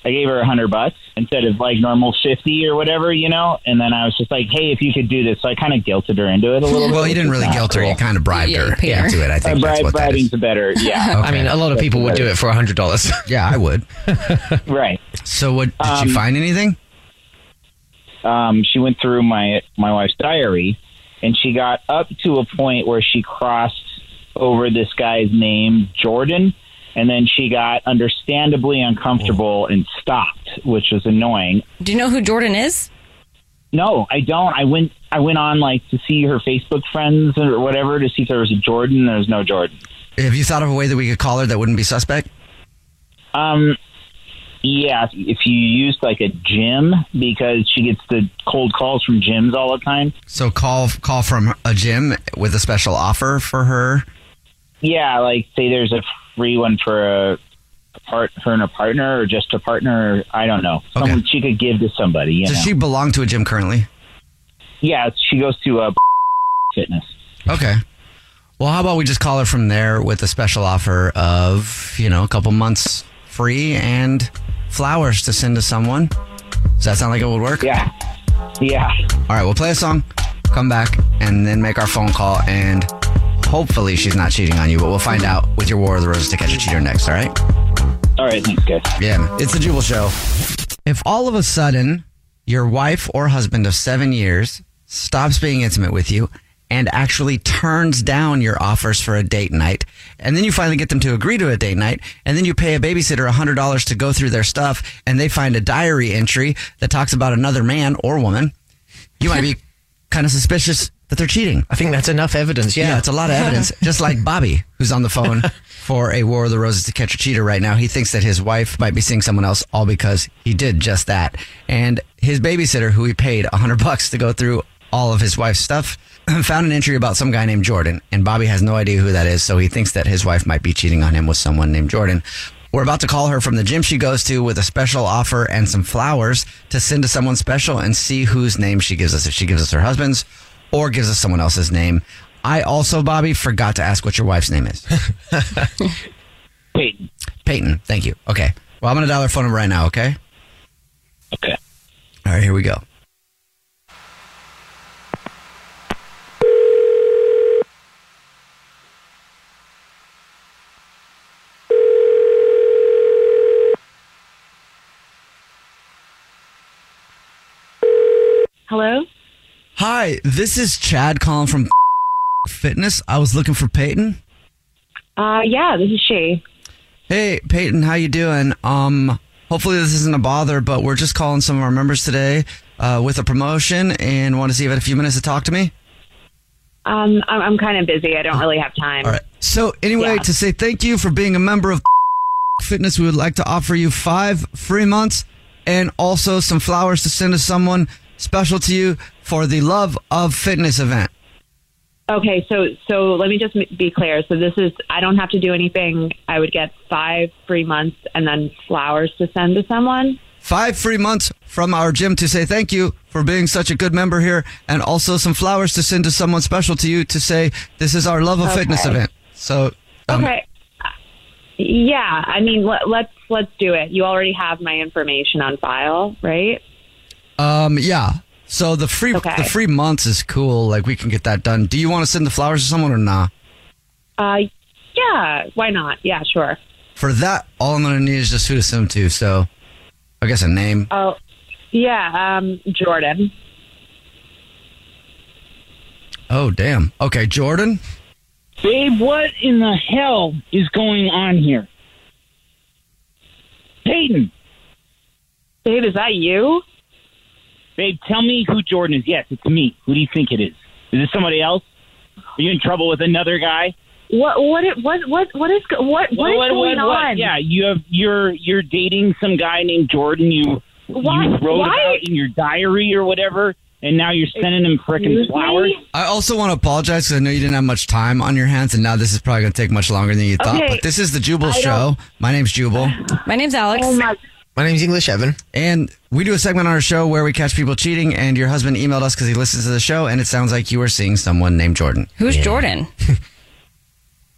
P: I gave her a hundred bucks instead of like normal fifty or whatever, you know. And then I was just like, hey, if you could do this, so I kind of guilted her into it a little.
D: well,
P: bit,
D: you didn't
P: which is
D: really
P: not
D: guilt her. You
P: cool.
D: kind of bribed
P: Yeah, you
D: her
P: pay her.
D: into it. I think
P: Uh,
D: that's
P: bribe-
D: what that
P: bribing's
D: is.
P: the better. Yeah,
M: I mean, a lot of people would do it for $100.
D: Yeah, I would.
P: right.
D: So, what did you find anything?
P: um, she went through my my wife's diary, and she got up to a point where she crossed over this guy's name, Jordan, and then she got understandably uncomfortable and stopped, which was annoying.
F: Do you know who Jordan is?
P: No, I don't. I went I went on like to see her Facebook friends or whatever to see if there was a Jordan. There was no Jordan.
D: Have you thought of a way that we could call her that wouldn't be suspect?
P: Um, yeah, if you used like a gym because she gets the cold calls from gyms all the time.
D: So, call call from a gym with a special offer for her.
P: Yeah, like say there's a free one for a part her and a partner or just a partner. I don't know. Someone she could give to somebody. You
D: Does
P: know?
D: she belong to a gym currently?
P: yeah, she goes to a fitness.
D: Okay. Well, how about we just call her from there with a special offer of, you know, a couple months free and flowers to send to someone. Does that sound like it would work? Yeah.
Q: Yeah.
D: All right, we'll play a song, come back, and then make our phone call. And hopefully, she's not cheating on you, but we'll find out with your War of the Roses to catch a cheater next. All right.
Q: All right. Thanks, guys.
D: Yeah. man. It's the Jubal Show. If all of a sudden your wife or husband of seven years stops being intimate with you and actually turns down your offers for a date night, and then you finally get them to agree to a date night, and then you pay a babysitter $100 to go through their stuff, and they find a diary entry that talks about another man or woman, you might be kind of suspicious that they're cheating. I think that's enough evidence.
M: yeah.
D: yeah it's a lot of evidence. Just like Bobby, who's on the phone for a War of the Roses to catch a cheater right now. He thinks that his wife might be seeing someone else all because he did just that. And his babysitter, who he paid a hundred bucks to go through all of his wife's stuff, found an entry about some guy named Jordan. And Bobby has no idea who that is, so he thinks that his wife might be cheating on him with someone named Jordan. We're about to call her from the gym she goes to with a special offer and some flowers to send to someone special and see whose name she gives us. If she gives us her husband's or gives us someone else's name. I also, Bobby, forgot to ask what your wife's name is.
Q: Peyton.
D: Peyton, thank you. Okay. Well, I'm going to dial her phone number right now, okay?
Q: Okay.
D: All right, here we go.
R: Hello?
D: Hi, this is Chad calling from Fitness. I was looking for Peyton.
R: Uh, yeah, this is she.
D: Hey, Peyton, how you doing? Um, hopefully this isn't a bother, but we're just calling some of our members today uh, with a promotion and want to see if you had a few minutes to talk to me.
R: Um, I'm, I'm kind of busy. I don't really have time.
D: All right. So, anyway,
R: Yeah.
D: to say thank you for being a member of Fitness, we would like to offer you five free months and also some flowers to send to someone special to you for the Love of Fitness event.
R: Okay, so so let me just m- be clear. So this is I don't have to do anything. I would get five free months and then flowers to send to someone.
D: Five free months from our gym to say thank you for being such a good member here, and also some flowers to send to someone special to you to say this is our Love of Fitness
R: Okay.
D: event. So, um,
R: Okay. Yeah, I mean let, let's let's do it. You already have my information on file, right?
D: Um, yeah. So the free
R: Okay.
D: the free months is cool. Like we can get that done. Do you want to send the flowers to someone or not?
R: Uh, yeah. Why not? Yeah, sure.
D: For that, all I'm gonna need is just who to send them to. So, I guess a name.
R: Oh, yeah. Um, Jordan.
D: Oh, damn. Okay, Jordan.
P: Babe, what in the hell is going on here? Peyton.
R: Babe, is that you?
P: Babe, tell me who Jordan is. Yes, it's me. Who do you think it is? Is it somebody else? Are you in trouble with another guy?
R: What what it- what what what is go- what what is going on?
P: Yeah, you have you're you're dating some guy named Jordan. You
R: Why-
P: you wrote
R: why-
P: about in your diary or whatever, and now you're sending him frickin'
D: Excuse
P: flowers.
D: I also want to apologize because I know you didn't have much time on your hands, and now this is probably gonna take much longer than you thought.
F: Okay.
D: But this is the Jubal
F: I
D: Show. My name's Jubal.
F: My name's Alex.
S: Oh
D: My name's English Evan. And we do a segment on our show where we catch people cheating, and your husband emailed us because he listens to the show, and it sounds like you were seeing someone named Jordan.
F: Who's Jordan?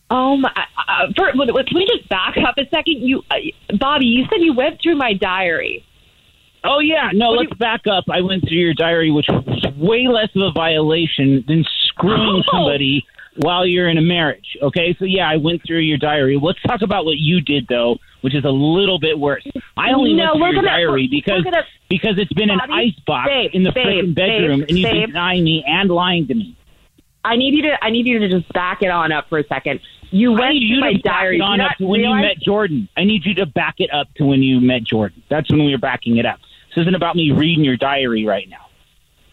R: Oh my! Uh, for, wait, wait, can we just back up a second? You, uh, Bobby, you said you went through my diary.
P: Oh yeah, no, let's back up. I went through your diary, which was way less of a violation than screwing
R: Oh!
P: somebody while you're in a marriage. Okay, so yeah, I went through your diary. Let's talk about what you did though, which is a little bit worse. I only went
R: No,
P: through
R: we're
P: your
R: gonna-
P: diary
R: we're-
P: because
R: we're gonna-
P: because it's been an
R: Bobby,
P: ice box
R: babe,
P: in the
R: babe,
P: freaking
R: babe,
P: bedroom, and you've
R: babe.
P: been denying me and lying to me.
R: I need you to. I need you to just back it on up for a second. You
P: I
R: went
P: need
R: through
P: you
R: my
P: to back
R: diary.
P: it on
R: Do you
P: up to
R: not
P: when you
R: realize-
P: met Jordan. I need you to back it up to when you met Jordan. That's when we were backing it up. This isn't about me reading your diary right now.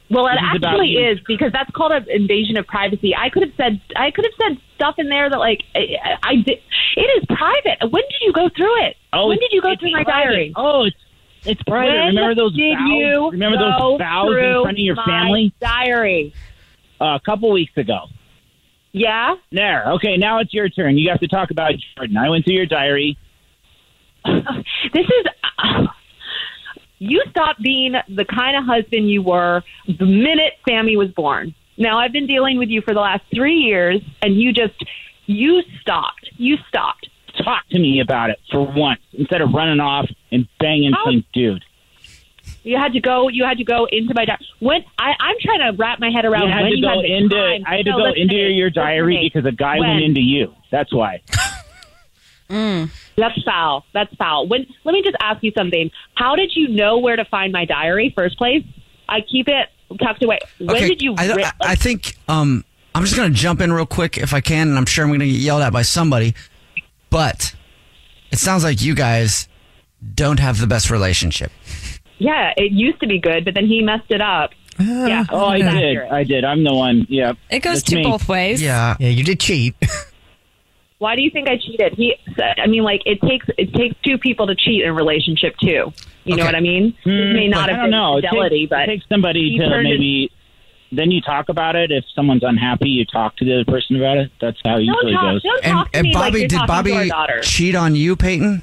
R: Well, it
P: This is about
R: actually
P: you.
R: is because that's called an invasion of privacy. I could have said. I could have said stuff in there that like I, I- I did. It is private. When did you go through it?
P: Oh,
R: when did you go
P: it's
R: through my
P: private.
R: diary?
P: Oh, it's it's private.
R: When
P: Remember those
R: did
P: vows?
R: you
P: Remember those
R: go
P: vows in
R: through
P: front of your
R: my
P: family?
R: Diary.
P: Uh, a couple weeks ago.
R: Yeah.
P: There. Okay, now it's your turn. You have to talk about Jordan. I went through your diary.
R: This is. you stopped being the kind of husband you were the minute Sammy was born. Now I've been dealing with you for the last three years, and you just you stopped. You stopped
T: talk to me about it for once instead of running off and banging some dude.
R: You had to go. You had to go into my diary. When I, I'm trying to wrap my head around
T: You had
R: when
T: to
R: you
T: go
R: had the
T: into.
R: time.
T: I had to
R: No,
T: go
R: listen
T: into
R: to me.
T: your
R: Listen to
T: diary
R: me.
T: because a guy
R: When? Oh
T: went into you. That's why.
D: Mm.
R: That's foul. That's foul. When let me just ask you something. How did you know where to find my diary first place? I keep it tucked away. When
D: okay,
R: did you?
D: I, don't-
R: ri-
D: I, I think um, I'm just going to jump in real quick if I can, and I'm sure I'm going to get yelled at by somebody. But it sounds like you guys don't have the best relationship.
R: yeah, it used to be good, but then he messed it up. yeah.
T: Oh, I
R: that's
T: did.
R: accurate.
T: I did. I'm the one. Yeah.
R: It goes to both ways.
M: Yeah. Yeah, you did cheat.
R: Why do you think I cheated? He, I mean, like it takes it takes two people to cheat in a relationship too. You know what I mean? it
T: Hmm.
R: may not
T: Mm, I
R: have
T: don't
R: been
T: know. It takes-
R: fidelity,
T: it
R: but
T: takes somebody
R: he
T: to
R: turned his-
T: maybe. Then you talk about it. If someone's unhappy, you talk to the other person about it. That's how usually
R: talk-
T: goes.
R: don't
D: And, and Bobby, did Bobby cheat on you, Peyton?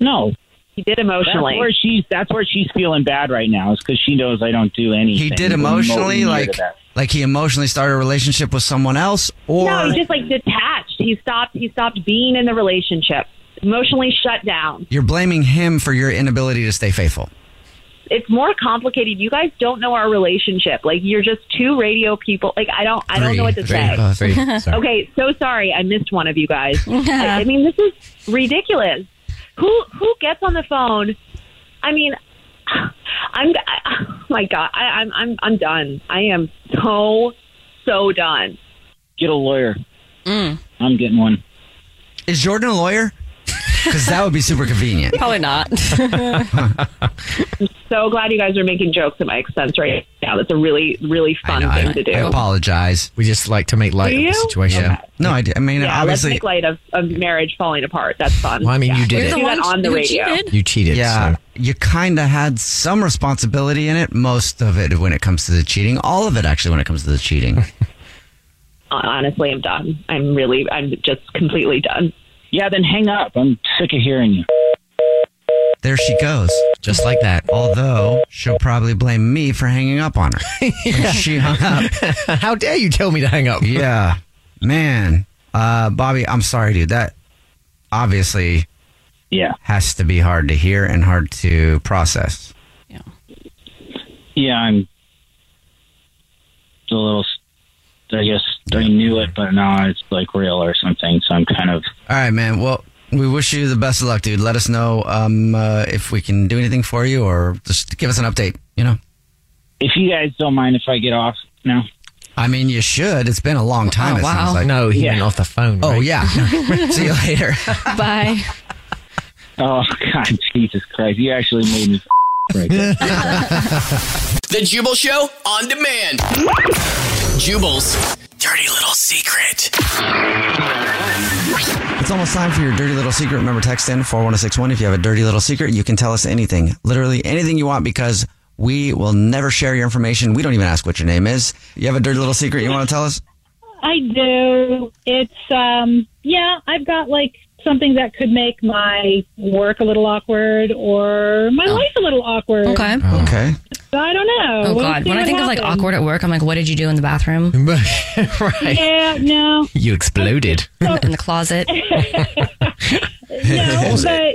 T: No.
R: He did emotionally.
T: That's where she's. That's where she's feeling bad right now. Is because she knows I don't do anything.
D: He did
T: remotely
D: emotionally,
T: near to
D: like
T: that.
D: like he emotionally started a relationship with someone else, or
R: no, he just like detached. He stopped. He stopped being in the relationship. Emotionally shut down.
D: you're blaming him for your inability to stay faithful.
R: It's more complicated. You guys don't know our relationship. Like you're just two radio people. Like I don't. I don't
D: Three.
R: know what to
D: Three.
R: say.
D: Uh, three. Sorry.
R: okay, so sorry. I missed one of you guys. I, I mean, this is ridiculous. Who who gets on the phone? I mean, I'm. I, oh my God, I, I'm I'm I'm done. I am so so done.
T: Get a lawyer.
D: Mm.
T: I'm getting one.
D: Is Jordan a lawyer? Because that would be super convenient.
R: Probably not. I'm so glad you guys are making jokes at my expense right now. That's a really, really fun thing to do.
D: I apologize.
M: We just like to make light
R: Do
M: of the
R: you?
M: situation.
R: Okay.
D: No, I, d- I mean,
R: yeah, let's
D: obviously,
R: make light of, of marriage falling apart. That's fun.
D: Well, I mean,
R: Yeah.
D: you did
R: We
D: it.
R: do that on the radio.
M: You cheated.
D: Yeah, you kind of had some responsibility in it. Most of it when it comes to the cheating. All of it, actually, when it comes to the cheating.
R: Honestly, I'm done. I'm really, I'm just completely done.
T: Yeah, then hang up. I'm sick of hearing you.
D: there she goes,
M: just like that.
D: Although she'll probably blame me for hanging up on her.
M: Yeah.
D: When She hung up.
M: How dare you tell me to hang up?
D: Yeah, man, uh, Bobby, I'm sorry, dude. That obviously,
T: yeah,
D: has to be hard to hear and hard to process.
T: Yeah, I'm a little. I guess I knew it, but now it's like real or something. So I'm kind of.
D: All right, man. Well, we wish you the best of luck, dude. Let us know um, uh, if we can do anything for you, or just give us an update. You know,
T: If you guys don't mind if I get off now.
D: I mean, you should. It's been a long time.
M: Oh,
D: it
M: wow.
D: sounds like.
M: No, he went off the phone.
D: Oh
M: right?
D: yeah. See you later.
F: Bye.
T: Oh God, Jesus Christ! You actually made me. Right there.
C: The Jubal Show on demand. Jubal's dirty little secret.
D: It's almost time for your dirty little secret. Remember, text in 41061 if you have a dirty little secret. You can tell us anything, literally anything you want, because we will never share your information. We don't even ask what your name is. You have a dirty little secret you want to tell us?
S: I do. It's um yeah, I've got like something that could make my work a little awkward or my life a little awkward.
F: Oh. Okay.
D: Okay.
S: So I don't know.
F: Oh
S: We'll
F: God!
S: see
F: When I
S: what
F: think of like
S: happens. Oh.
F: awkward at work, I'm like, "What did you do in the bathroom?"
S: Yeah, no.
M: You exploded.
F: in the closet.
S: No, but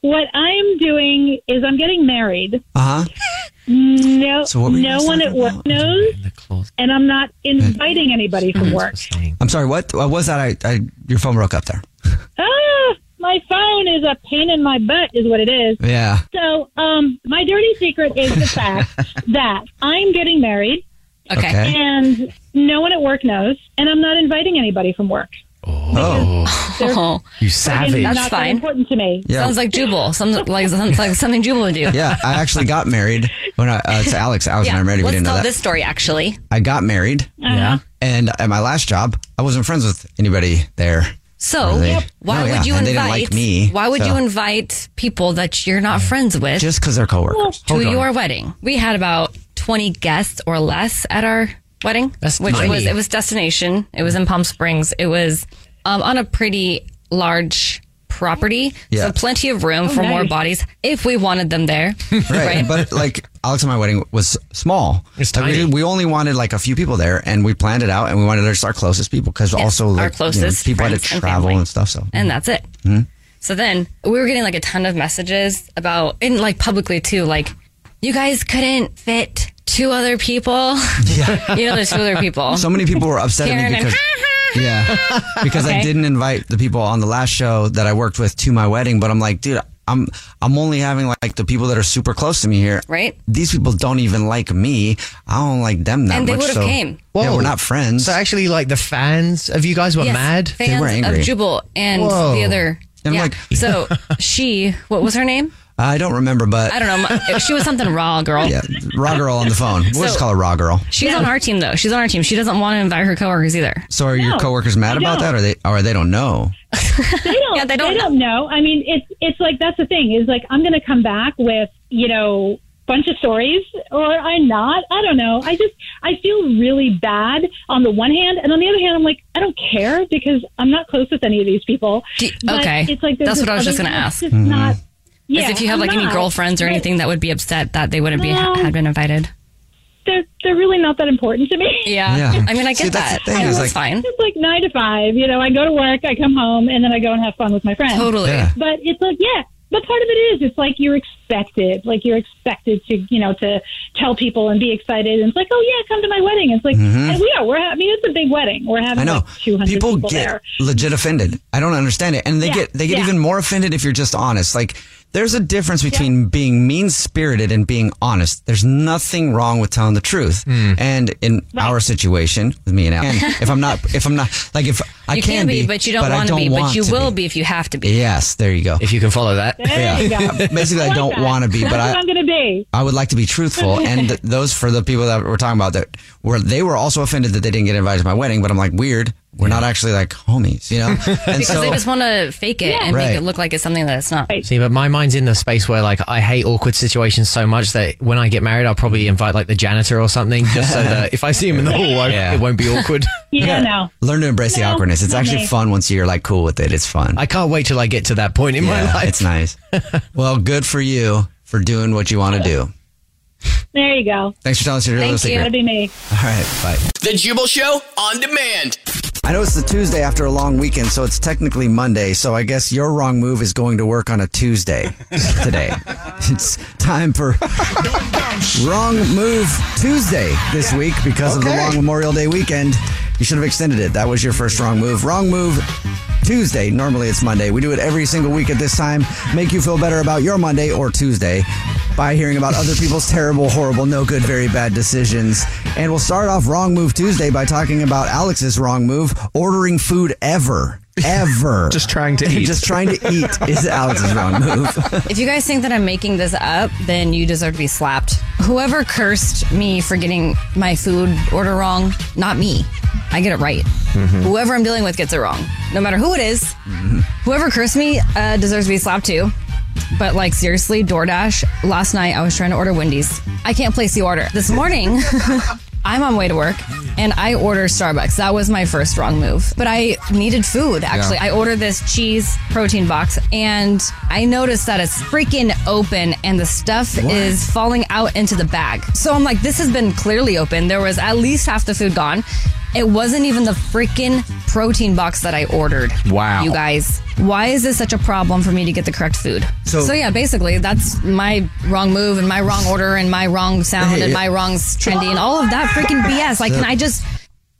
S: what I'm doing is I'm getting married.
D: Uh huh.
S: No,
D: So what were you
S: no
D: guys
S: one at work knows, and I'm not inviting anybody from work.
D: I'm sorry. What, what was that? I, I your phone broke up there.
S: Ah, my phone is a pain in my butt, is what it is.
D: Yeah.
S: So, um, my dirty secret is the fact that I'm getting married.
D: Okay. Okay.
S: And no one at work knows, and I'm not inviting anybody from work.
M: Oh.
S: They're
M: You
S: friggin'
M: savage.
S: Not that important to me.
D: Yeah.
F: Sounds like Jubal. Some like sounds like something Jubal would do.
D: Yeah, I actually got married when I uh, to Alex. Alex and I
F: Yeah.
D: were married.
F: Let's
D: we didn't know
F: tell
D: that.
F: this story actually.
D: I got married.
F: Yeah.
D: And at my last job, I wasn't friends with anybody there.
F: So
D: Really?
F: why
D: No, Oh, yeah,
F: would you
D: and
F: invite?
D: They didn't like me.
F: why would
D: so-
F: you invite people that you're not friends with?
D: Just because they're coworkers.
F: to your wedding. We had about 20 guests or less at our wedding,
M: That's
F: which
M: tiny.
F: was it was destination. It was in Palm Springs. It was um, on a pretty large property,
D: Yeah.
F: so plenty of room
D: Oh,
F: for more
D: nice.
F: bodies if we wanted them there.
D: right. But like Alex and my wedding was small. Like, we, did- we only wanted like a few people there, and we planned it out, and we wanted just our closest people because also like
F: our
D: you know,
F: closest
D: people had
F: friends
D: to
F: and
D: travel
F: family.
D: and, stuff. So
F: and that's it.
D: Hmm?
F: So then we were getting like a ton of messages about, and like publicly too, like, you guys couldn't fit two other people. Yeah. you know, there's two other people.
D: So many people were upset at
F: Karen
D: me
F: and
D: because. Yeah, because I
F: Okay.
D: didn't invite the people on the last show that I worked with to my wedding. But I'm like, dude, I'm I'm only having like the people that are super close to me here.
F: Right.
D: These people don't even like me. I don't like them that
F: And they
D: much.
F: would've
D: so,
F: came.
D: Yeah,
M: Whoa.
D: we're not friends. So
M: actually, like the fans of you guys were
F: Yes,
M: mad.
F: Fans of Jubal and
M: Whoa.
F: the other.
D: And
F: yeah.
D: like-
F: so she, what was her name?
D: I don't remember, but
F: I don't know. My- She was something raw, girl.
D: Uh, Yeah, raw girl on the phone. We'll just
F: So-
D: call her raw girl.
F: She's on our team though. She's on our team. She doesn't want to invite her coworkers either.
D: So are your
F: No,
D: coworkers mad
F: I
D: about
F: don't.
D: that, or they or they don't know?
S: they don't, they don't, know. I mean, it's it's like that's the thing is like I'm going to come back with you know bunch of stories or I'm not. I don't know. I just I feel really bad on the one hand, and on the other hand, I'm like I don't care because I'm not close with any of these people. But
F: okay.
S: it's like there's
F: That's
S: this
F: what I was just
S: other
F: gonna
S: one
F: ask.
S: that's Just not. Yeah,
F: As if you have
S: I'm
F: like any
S: not.
F: girlfriends or
S: But
F: anything that would be upset that they wouldn't be ha-
S: No.
F: had been invited.
S: They're they're really not that important to me.
F: Yeah. Yeah. I mean, I See, get that's that. the thing I think is, that's like- fine.
S: It's like nine to five. You know, I go to work, I come home, and then I go and have fun with my friends.
F: Totally. Yeah.
S: But it's like, yeah. But part of it is, it's like you're expected. Like you're expected to, you know, to tell people and be excited. And it's like, oh yeah, come to my wedding. It's like,
F: Mm-hmm.
D: Mhm.
S: and we are. We're. ha- I mean, it's a big wedding. We're having
D: I know.
S: like 200 people,
D: people get
S: there.
D: legit offended. I don't understand it, and they
S: Yeah,
D: get they get
S: yeah.
D: even more offended if you're just honest. Like there's a difference between being mean spirited and being honest. There's nothing wrong with telling the truth.
M: Hmm.
D: And in our situation with me and Al, and if I'm not if I'm not like if I
F: you
D: can,
F: be, but you don't,
D: I
F: want to be, but
D: want
F: you
D: to
F: will be. if you have to be.
D: Yes, there you go.
M: If you can follow that,
S: There you go.
D: Basically, I, don't want to be, but
S: That's
D: I
S: what I'm going to be.
D: I would like to be truthful, and th- those for the people that we're talking about that were they were also offended that they didn't get invited to my wedding. But I'm like, weird. We're not actually like homies, you know. And
F: because
D: so,
F: they just want to fake it and
M: Right.
F: make it look like it's something that it's not.
M: See, but my mind's in the space where like I hate awkward situations so much that when I get married, I'll probably invite like the janitor or something, just so that if I see him in the hall, I, it won't be awkward.
S: Yeah, no.
D: learn to embrace the
S: No,
D: awkwardness. It's
S: not
D: actually
S: me.
D: fun once you're like cool with it. It's fun.
M: I can't wait till I get to that point in my
D: Yeah,
M: life.
D: It's nice. well, good for you for doing what you want to do.
S: There you go.
D: Thanks for telling us your little secret.
S: That'd be me.
D: All right, bye.
C: The Jubal Show on demand.
D: I know it's the Tuesday after a long weekend, so it's technically Monday. So I guess your wrong move is going to work on a Tuesday today. it's time for Wrong Move Tuesday this week because of the long Memorial Day weekend. You should have extended it. That was your first wrong move. Wrong move Tuesday. Normally it's Monday. We do it every single week at this time. Make you feel better about your Monday or Tuesday by hearing about other people's terrible, horrible, no good, very bad decisions. And we'll start off Wrong Move Tuesday by talking about Alex's wrong move ordering food ever. Ever. Just
G: trying to eat.
D: Just trying to eat is Alex's wrong move.
F: if you guys think that I'm making this up, then you deserve to be slapped. Whoever cursed me for getting my food order wrong, not me. I get it right.
D: Mm-hmm.
U: Mhm.
F: Whoever I'm dealing with gets it wrong, no matter who it is. Whoever cursed me uh, deserves to be slapped too. But like seriously, DoorDash. Last night I was trying to order Wendy's. I can't place the order. This morning. I'm on way to work and I order Starbucks. That was my first wrong move. But I needed food actually.
U: Yeah.
F: I ordered this cheese protein box and I noticed that it's freaking open and the stuff is
U: What?
F: falling out into the bag. So I'm like this has been clearly open. There was at least half the food gone. It wasn't even the freaking protein box that I ordered.
G: Wow.
F: You guys, why is this such a problem for me to get the correct food?
D: So-
F: So, yeah, basically that's my wrong move and my wrong order and my wrong sound
D: Hey,
F: and
D: yeah.
F: my wrongs trendy and all of that freaking BS. Like,
D: So-
F: can I just?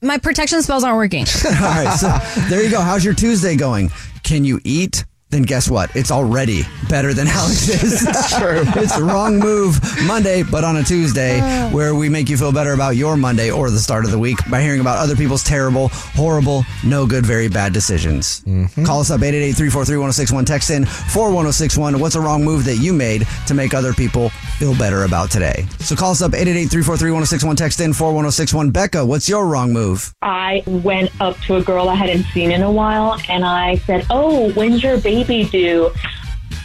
F: My protection spells aren't working.
D: All right, so there you go. How's your Tuesday going? Can you eat? Then guess what? It's already better than Alex's.
U: That's true.
D: it's the wrong move Monday, but on a Tuesday, where we make you feel better about your Monday or the start of the week by hearing about other people's terrible, horrible, no good, very bad decisions.
U: Mm-hmm.
D: Call us up 888 343 1061. Text in 41061. What's a wrong move that you made to make other people feel better about today? So call us up 888 343 1061. Text in 41061. Becca, what's your wrong move?
U: I went up to a girl I hadn't seen in a while and I said, Oh, when's your baby due?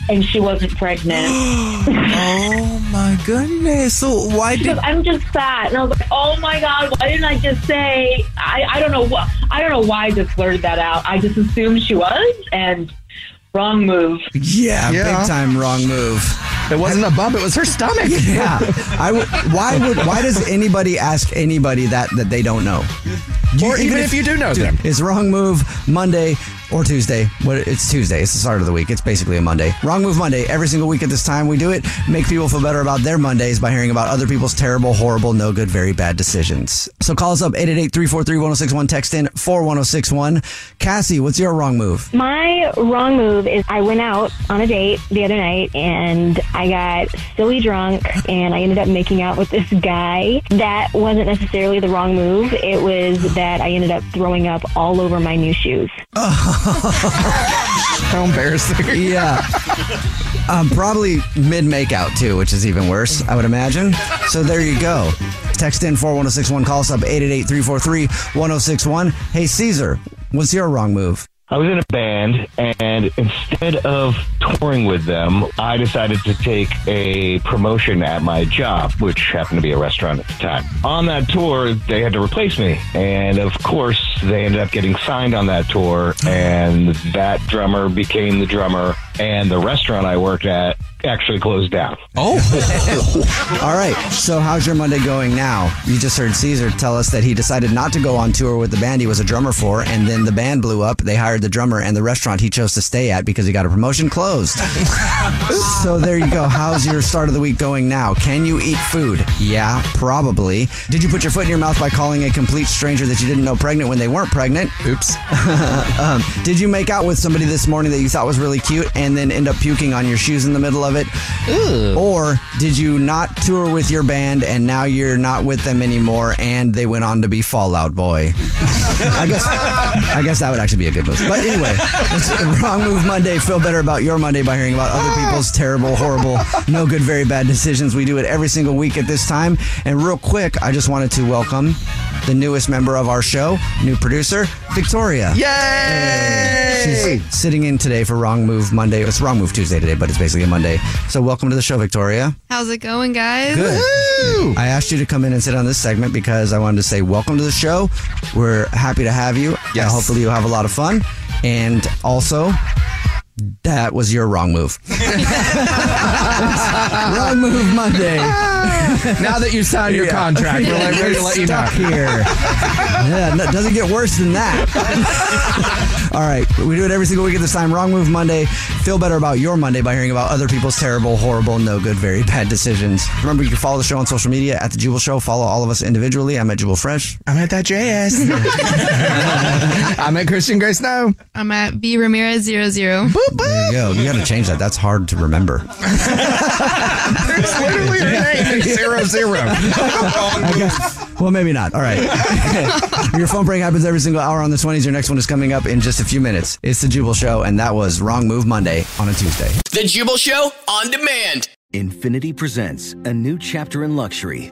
U: And she wasn't pregnant.
D: oh my goodness. So why
U: did I'm just fat and I was like, Oh my god, why didn't I just say I, I don't know what I don't know why I just blurted that out. I just assumed she was and wrong move.
D: Yeah, big time wrong move.
G: It wasn't a bump; it was her stomach.
D: Yeah, I would. Why would? Why does anybody ask anybody that that they don't know?
G: Or even if you do know
D: Dude,
G: them.
D: it's wrong move Monday. or Tuesday. What it's Tuesday. It's the start of the week. It's basically a Monday. Wrong Move Monday. Every single week at this time, we do it. Make people feel better about their Mondays by hearing about other people's terrible, horrible, no good, very bad decisions. So call us up 888-343-1061. Text in 41061. Cassie, what's your wrong move?
I: My wrong move is I went out on a date the other night and I got silly drunk and I ended up making out with this guy. That wasn't necessarily the wrong move. It was that I ended up throwing up all over my new shoes.
D: How embarrassing. yeah. Um, probably mid makeout too, which is even worse, I would imagine. So there you go. Text in 41061, call us up 888 343 1061. Hey, Caesar, what's your wrong move?
V: I was in a band, and instead of touring with them, I decided to take a promotion at my job, which happened to be a restaurant at the time. On that tour, they had to replace me, and of course, they ended up getting signed on that tour, and that drummer became the drummer, and the restaurant I worked at actually closed down.
D: Oh. All right. So how's your Monday going now? You just heard Caesar tell us that he decided not to go on tour with the band he was a drummer for, and then the band blew up. They hired the drummer, and the restaurant he chose to stay at because he got a promotion closed. so there you go. How's your start of the week going now? Can you eat food? Yeah, probably. Did you put your foot in your mouth by calling a complete stranger that you didn't know pregnant when they weren't pregnant? Oops. um, did you make out with somebody this morning that you thought was really cute and then end up puking on your shoes in the middle of it? Or did you not tour with your band and now you're not with them anymore and they went on to be Fallout Boy? I guess I guess that would actually be a good move. But anyway, it's Wrong Move Monday. Feel better about your Monday by hearing about other people's terrible, horrible, no good, very bad decisions. We do it every single week at this time. And real quick, I just wanted to welcome the newest member of our show, new producer, Victoria. Yay! She's sitting in today for Wrong Move Monday. It's Wrong Move Tuesday today, but it's basically a Monday. So welcome to the show, Victoria.
W: How's it going, guys?
D: Good. I asked you to come in and sit on this segment because I wanted to say welcome to the show. We're happy to have you. Yeah. Hopefully you'll have a lot of fun. And also, that was your wrong move. wrong move Monday.
G: now that you signed your
D: Yeah.
G: contract, we're like
D: You're
G: ready to let you know.
D: stuck here. yeah, no, it doesn't get worse than that. All right, we do it every single week at this time. Wrong move Monday. Feel better about your Monday by hearing about other people's terrible, horrible, no good, very bad decisions. Remember, you can follow the show on social media at the Jubal Show. Follow all of us individually. I'm at Jubal Fresh.
G: I'm at that JS. I'm at Christian Grace now.
W: I'm at V Ramirez zero zero.
D: There you go. You got to change that. That's hard to remember.
G: There's literally your name. Zero zero.
D: I guess- well, maybe not. All right. your phone break happens every single hour on the 20s. Your next one is coming up in just a few minutes. It's the Jubal Show, and that was Wrong Move Monday on a Tuesday.
C: The Jubal Show on demand.
X: Infinity presents a new chapter in luxury,